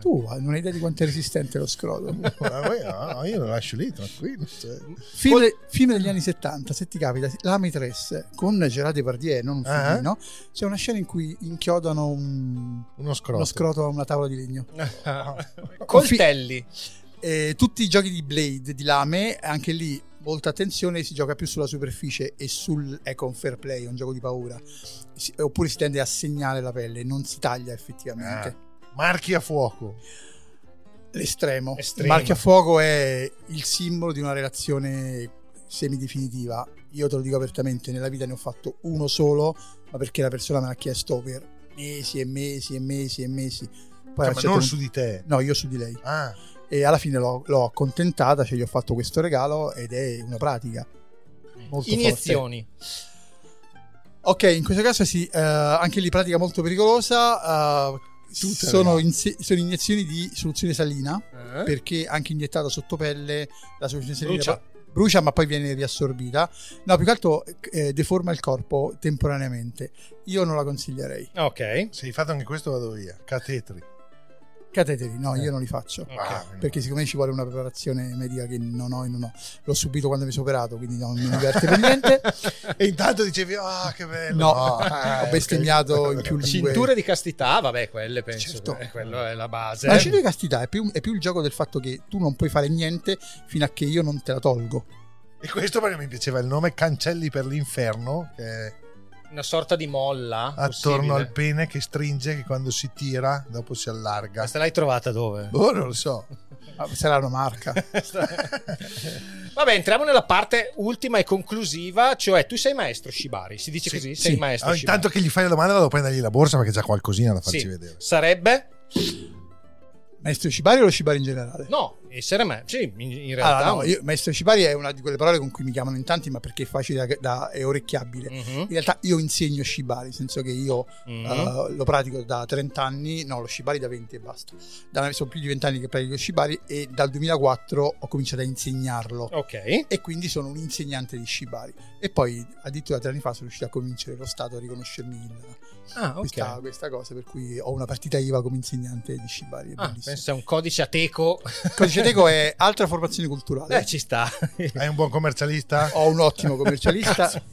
G: Tu non hai idea di quanto è resistente lo scroto.
B: Ma voi- no, io lo lascio lì, tranquillo. cioè.
G: Film, film degli anni 70, se ti capita, la Mitresse con Gerard Depardieu, non un
B: Ah.
G: filmino, c'è una scena in cui inchiodano un-
B: Uno scroto. Ah. [LAUGHS]
G: uno scroto a una tavola di legno.
A: Coltelli.
G: Eh, tutti i giochi di Blade, di lame, anche lì molta attenzione, si gioca più sulla superficie e sul ecco un fair play, è un gioco di paura. Si- oppure si tende a segnare la pelle, non si taglia
B: Ah,
G: effettivamente.
B: Marchi a fuoco.
G: L'estremo.
B: Estremo.
G: Il marchio a fuoco è il simbolo di una relazione semidefinitiva. Io te lo dico apertamente, nella vita ne ho fatto uno solo, ma perché la persona me l'ha chiesto per mesi e mesi e mesi e mesi. Poi
B: Cioè,
G: a un
B: ma
G: certo
B: non
G: punto-
B: su di te.
G: No, io su di lei.
B: Ah,
G: E alla fine l'ho, l'ho accontentata, cioè gli ho fatto questo regalo ed è una pratica. Molto forte.
A: Iniezioni.
G: Ok, in questo caso sì, eh, anche lì pratica molto pericolosa. eh,
B: Tutte
G: sono,
B: le-
G: inse- sono iniezioni di soluzione salina,
A: Eh?
G: perché anche iniettata sotto pelle la soluzione salina
A: Brucia.
G: pa- brucia, ma poi viene riassorbita. No, più che altro eh, deforma il corpo temporaneamente. Io non la consiglierei.
A: Ok.
B: se hai fatto anche questo vado via. Catetri.
G: Cateteri, no, io non li faccio.
B: Ah, meno
G: Perché siccome ci vuole una preparazione medica che non ho e non ho, l'ho subito quando mi sono operato, quindi non mi diverte per
B: [LAUGHS]
G: niente.
B: male. E intanto dicevi, ah, che bello.
G: No,
B: Ah,
G: ho bestemmiato
B: ok.
G: in più lingue.
A: Cinture di castità, vabbè, quelle penso.
G: Certo.
A: che- quello è la base.
G: La cintura di castità è più, è più il gioco del fatto che tu non puoi fare niente fino a che io non te la tolgo.
B: E questo perché mi piaceva il nome Cancelli per l'inferno, che è
A: Una sorta di molla.
B: attorno
A: possibile.
B: al pene che stringe, che quando si tira dopo si allarga.
A: Questa l'hai trovata dove?
B: Boh, non lo so.
G: Ah, Sarà una marca.
A: [LAUGHS]
B: [LAUGHS]
A: Vabbè, entriamo nella parte ultima e conclusiva, cioè tu sei maestro Shibari, si dice così? Sei maestro
B: Ah,
A: Shibari.
B: intanto che gli fai la domanda, vado a prendergli la borsa perché c'ha qualcosina da farci
A: Sì.
B: vedere.
A: Sarebbe?
G: Maestro Shibari o lo Shibari in generale?
A: No, essere maestro. Sì, in, in realtà.
G: Allora, no, io- maestro Shibari è una di quelle parole con cui mi chiamano in tanti, ma perché è facile da, da- è orecchiabile.
A: Mhm.
G: In realtà io insegno Shibari, nel senso che io
A: Mhm.
G: eh, lo pratico da 30 anni, no, lo Shibari da 20 e basta. Da, sono più di 20 anni che pratico Shibari e dal 2004 ho cominciato a
A: Oh.
G: insegnarlo.
A: Ok.
G: E quindi sono un insegnante di Shibari. E poi addirittura tre anni fa sono riuscito a convincere lo Stato a riconoscermi il-
A: Ah, ok.
G: questa, questa cosa, per cui ho una partita IVA come insegnante di Shibari. È
A: Ah,
G: bellissimo.
A: penso è un codice ateco. [LAUGHS]
G: Codice Ceteco è altra formazione culturale.
A: Eh, ci sta.
B: Hai un buon commercialista?
G: Ho un
A: [LAUGHS]
G: ottimo commercialista
B: Cazzo.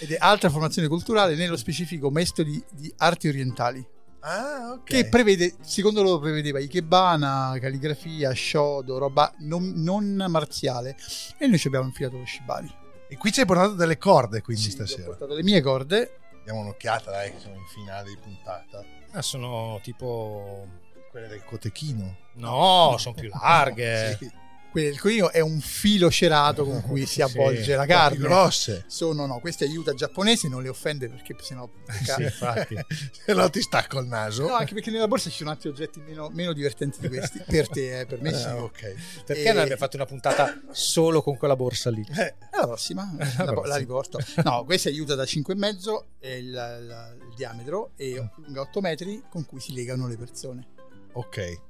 G: ed è altra formazione culturale, nello specifico maestro di, di arti orientali.
B: [LAUGHS] Ah, ok.
G: Che prevede, secondo loro prevedeva ikebana, calligrafia, shodo, roba non, non marziale. E noi ci abbiamo infilato lo shibari.
B: E qui ci hai portato delle corde quindi stasera. Ho
G: portato le mie corde.
B: Diamo un'occhiata, dai, che siamo in finale di puntata.
A: Ah, sono tipo...
B: Quelle del cotechino.
A: No, sono più larghe.
G: [LAUGHS] Sì. Quelle del codino è un filo cerato con cui si avvolge la carne.
B: Più
G: [LAUGHS]
B: grosse.
G: Sono, no, queste aiuta giapponesi, non le offende perché sennò.
B: Sì, infatti. [LAUGHS] Se no ti stacco il naso.
G: No, anche perché nella borsa ci sono altri oggetti meno, meno divertenti di questi. Per te, eh, per me sì.
B: Ah, ok.
A: Perché
G: E-
A: non abbiamo fatto una puntata solo con quella borsa lì?
G: Eh, alla
A: [LAUGHS]
G: prossima, la,
A: prossima.
G: la riporto. No, questa aiuta da 5,5 è il, la- il diametro e
A: Mm.
G: lunga 8 metri con cui si legano le persone.
B: Ok.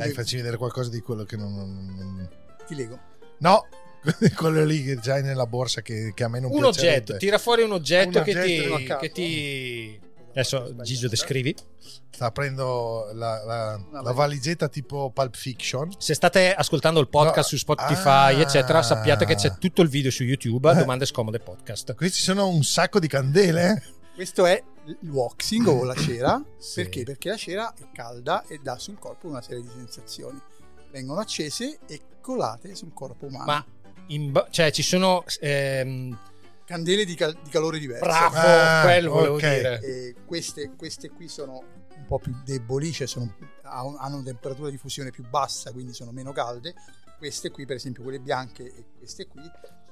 B: Dai, facci vedere qualcosa di quello che non... non- non-
G: Ti lego.
B: No! [LAUGHS] Quello lì che già è nella borsa che, che a me non
A: Un
B: piacerebbe.
A: oggetto, tira fuori un oggetto,
B: Un
A: che,
B: oggetto
A: ti,
B: da capo.
A: che ti- Adesso Gigio descrivi.
B: Sta aprendo la, la- la valigetta tipo Pulp Fiction.
A: Se state ascoltando il podcast
B: No.
A: su Spotify,
B: Ah. Eh.
A: eccetera, sappiate che c'è tutto il video su YouTube a Domande Scomode Podcast.
B: Qui ci sono un sacco di candele. eh?
G: Questo è il waxing o la
A: [COUGHS]
G: cera. Perché? Perché la cera è calda e dà sul corpo una serie di sensazioni. Vengono accese e colate sul corpo umano.
A: Ma in ba- cioè, ci sono. ehm,
G: Candele di, cal- di calore Eh, diverso.
A: bravo,
B: Eh, Ah,
A: quello volevo
B: ok.
A: dire.
G: E queste, queste qui sono un po' più deboli, cioè sono- ha un- hanno una temperatura di fusione più bassa, quindi sono meno calde. Queste qui, per esempio, quelle bianche e queste qui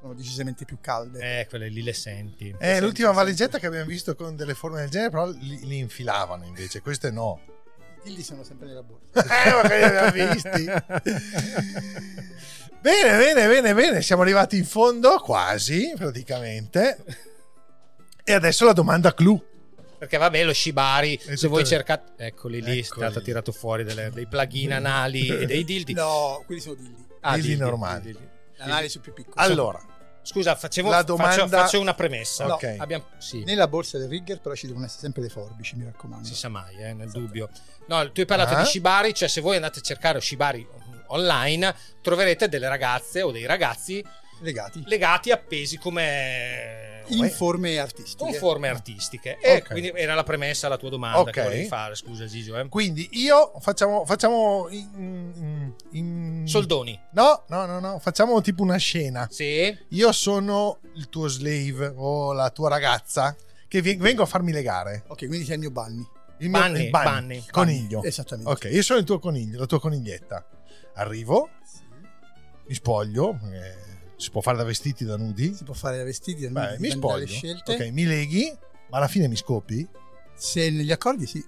G: sono decisamente più calde.
A: Eh, quelle lì le senti.
B: È l'ultima valigetta che abbiamo visto con delle forme del genere, però li, li infilavano invece, queste no.
G: I tildi sono sempre nella borsa.
B: [LAUGHS] Eh, ma che li
G: [LAUGHS]
B: abbiamo visti. Bene, bene, bene, bene, siamo arrivati in fondo, quasi, praticamente. E adesso la domanda clou.
A: Perché vabbè, lo Shibari, se
B: tutto
A: voi
B: lì.
A: cercate. Eccoli lì, è stato
B: Eccoli.
A: tirato fuori delle- dei
B: [LAUGHS]
A: plugin anali e dei dildi.
G: No, quelli sono tildi.
A: Ah,
B: Dildi
A: dildi,
B: normali.
A: dildi, dildi.
G: L'analisi più piccola.
B: Allora,
A: Scusa, facevo,
B: La
A: la
B: domanda-
A: faccio, faccio una premessa.
G: No.
B: ok.
A: Abbiamo, sì,
G: Nella borsa del rigger però ci devono essere sempre le forbici, mi raccomando.
A: si sa mai, eh,
B: Esatto.
A: nel dubbio. No, tu hai parlato
B: Ah.
A: di Shibari, cioè se voi andate a cercare Shibari online troverete delle ragazze o dei ragazzi
G: Legati.
A: legati appesi come
G: In forme artistiche.
A: con forme artistiche. E
B: Ok.
A: quindi era la premessa alla tua domanda
B: Ok.
A: che volevi fare, scusa Gigio. eh.
B: Quindi io facciamo... facciamo in- in- in-
A: Soldoni.
B: No, no, no, no, facciamo tipo una scena.
A: Sì.
B: Io sono il tuo slave o la tua ragazza che vi- vengo a farmi legare.
G: Ok, quindi sei il mio Banni.
B: Il mio-
A: Bunny,
B: il bunny,
A: bunny.
B: coniglio.
G: Esattamente.
B: Ok, io sono il tuo coniglio, la tua coniglietta. Arrivo, mi spoglio, eh, si può fare da vestiti da nudi.
G: Si può fare da vestiti, da
B: Beh,
G: nudi,
B: mi
G: dipende dalle
B: spoglio.
G: scelte.
B: Ok, mi leghi, ma alla fine mi scopi.
G: Se è negli accordi sì.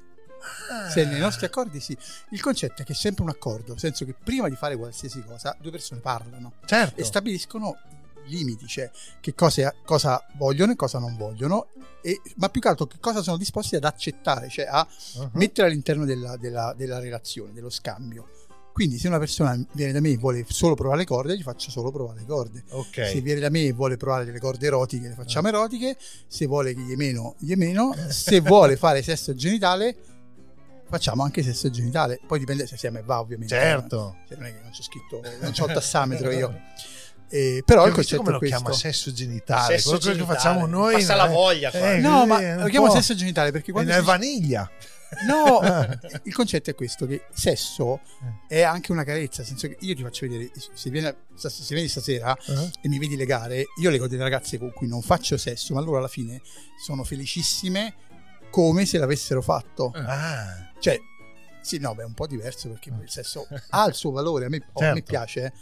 G: Se è nei nostri accordi sì. Il concetto è che è sempre un accordo, nel senso che prima di fare qualsiasi cosa due persone parlano
B: Certo.
G: e stabiliscono i limiti, cioè che cosa, cosa vogliono e cosa non vogliono, e- ma più che altro che cosa sono disposti ad accettare, cioè a
B: Uh-huh.
G: mettere all'interno della, della- della relazione, dello scambio. Quindi se una persona viene da me e vuole solo provare le corde, gli faccio solo provare le corde.
B: Ok. Eh.
G: Se viene da me e vuole provare delle corde erotiche, le facciamo erotiche. Se vuole che gli è meno, gli è meno. Se vuole fare sesso genitale, facciamo anche sesso genitale. Poi dipende se si ama e va, ovviamente.
B: Certo.
G: Cioè, non è che non c'ho scritto, non c'ho il tassametro
B: [LAUGHS]
G: io. Eh, però il
B: Io visto
G: concetto
B: come
G: è
B: lo
G: questo.
B: chiama sesso genitale,
A: Sesso
B: quello che
A: genitale.
B: facciamo noi.
A: Passa la
B: eh,
A: voglia, qua.
G: No,
B: così,
G: ma
B: è un
G: lo chiamo
B: po'- Eh,
G: sesso genitale perché quando
B: è
G: si-
B: vaniglia.
G: No,
B: [LAUGHS]
G: il concetto è questo: che sesso
B: Eh.
G: è anche una carezza. Nel senso che io ti faccio vedere, se vieni, se vieni stasera
B: Eh?
G: e mi vedi legare, io lego delle ragazze con cui non faccio sesso, ma loro alla fine sono felicissime come se l'avessero fatto.
A: Eh.
B: Ah,
G: Cioè, sì, no, beh, è un po' diverso perché
A: Eh.
G: il sesso ha il suo valore. A me, oh, a me
B: Certo.
G: piace. eh,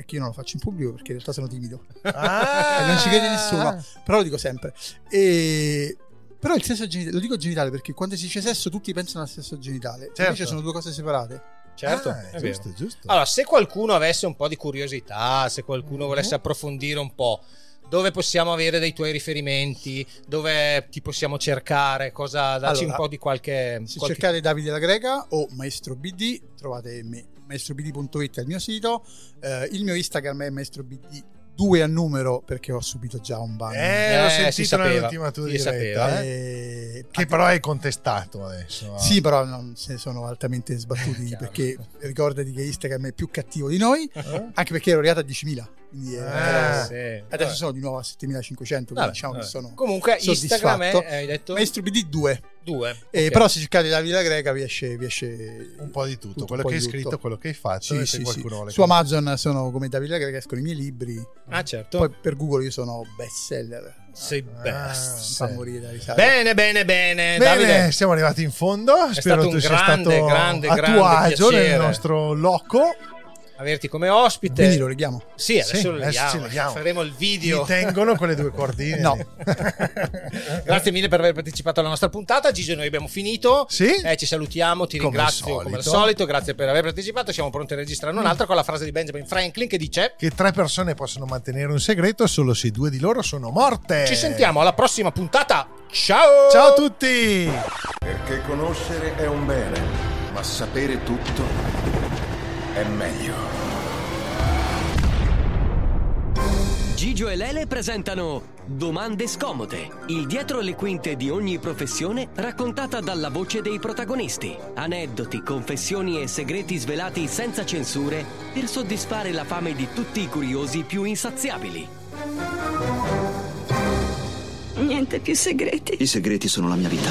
G: E che io non lo faccio in pubblico perché in realtà sono timido.
B: Ah!
A: Eh,
G: E Eh, non ci crede nessuno, però lo dico sempre. E... Però il sesso genitale, lo dico genitale perché quando si dice sesso tutti pensano al sesso genitale,
B: Certo.
G: invece sono due cose separate.
A: Certo,
B: Ah,
A: è
B: giusto,
A: vero.
B: giusto.
A: Allora, se qualcuno avesse un po' di curiosità, se qualcuno
B: Mhm.
A: volesse approfondire un po', dove possiamo avere dei tuoi riferimenti, dove ti possiamo cercare, cosa, dacci
G: Allora,
A: un po' di qualche...
G: Se
A: qualche-
G: cercate Davide la Greca o Maestro BD, trovate me. maestrobd.it è il mio sito, eh, il mio Instagram è maestrobd due a numero perché ho subito già un ban.
B: Eh, l'ho sentito nell'ultima tua
G: Sì,
B: diretta,
G: sapeva,
B: eh.
G: eh.
B: Che però hai contestato adesso.
G: Sì, però non- se ne sono altamente
A: Eh,
G: sbattuti perché ricordati che Instagram è più cattivo
A: [LAUGHS]
G: di noi,
B: Eh?
G: anche perché ero arrivato a 10.000. quindi era-
A: Eh, sì.
G: Adesso
A: Vabbè.
G: sono di nuovo a 7.500, quindi
A: Vabbè, eh.
G: diciamo
A: vabbè.
G: che sono
A: Comunque Instagram è-
G: soddisfatto.
A: hai detto?
G: Maestro BD 2.
A: Due, ok.
G: Eh, Però se cercate la vita greca vi esce, vi esce
B: un po' di tutto,
G: un
B: quello
G: po'
B: che
G: di
B: hai scritto,
G: tutto.
B: quello che hai fatto
G: Sì,
B: e se
G: sì,
B: qualcuno
G: sì.
B: vuole
G: Su Amazon sono come Davide Greca, escono i miei libri.
A: Ah, certo.
G: Poi per Google io sono best seller.
A: Sei best.
G: Mi fa morire da risata.
A: Bene, bene, bene.
B: Bene,
A: Davide.
B: siamo arrivati in fondo. Spero
A: stato
B: tu
A: un
B: sia
A: grande,
B: stato
A: grande,
B: a
A: grande
B: tuo agio nel
A: piacere.
B: nostro loco.
A: Averti come ospite.
G: Quindi lo leghiamo.
A: Sì, adesso
B: Sì,
A: lo
B: adesso
A: leghiamo.
B: ci leghiamo.
A: Faremo il video.
B: Mi tengono quelle due cordine.
G: No.
B: lì.
A: Grazie mille per aver partecipato alla nostra puntata. Gigio, noi abbiamo finito.
B: Sì.
A: Eh, ci salutiamo, ti
B: Come
A: ringrazio
B: al solito.
A: come al solito. Grazie per aver partecipato. Siamo pronti a registrare un'altra con la frase di Benjamin Franklin che dice:
B: [LAUGHS] Che tre persone possono mantenere un segreto solo se due di loro sono morte.
A: Ci sentiamo alla prossima puntata. Ciao!
B: Eh. Ciao a tutti.
C: Perché conoscere è un bene, ma sapere tutto è meglio.
D: Gigio e Lele presentano Domande scomode, il dietro le quinte di ogni professione raccontata dalla voce dei protagonisti. Aneddoti, confessioni e segreti svelati senza censure per soddisfare la fame di tutti i curiosi più insaziabili.
I: Niente più segreti.
J: I segreti sono la mia vita.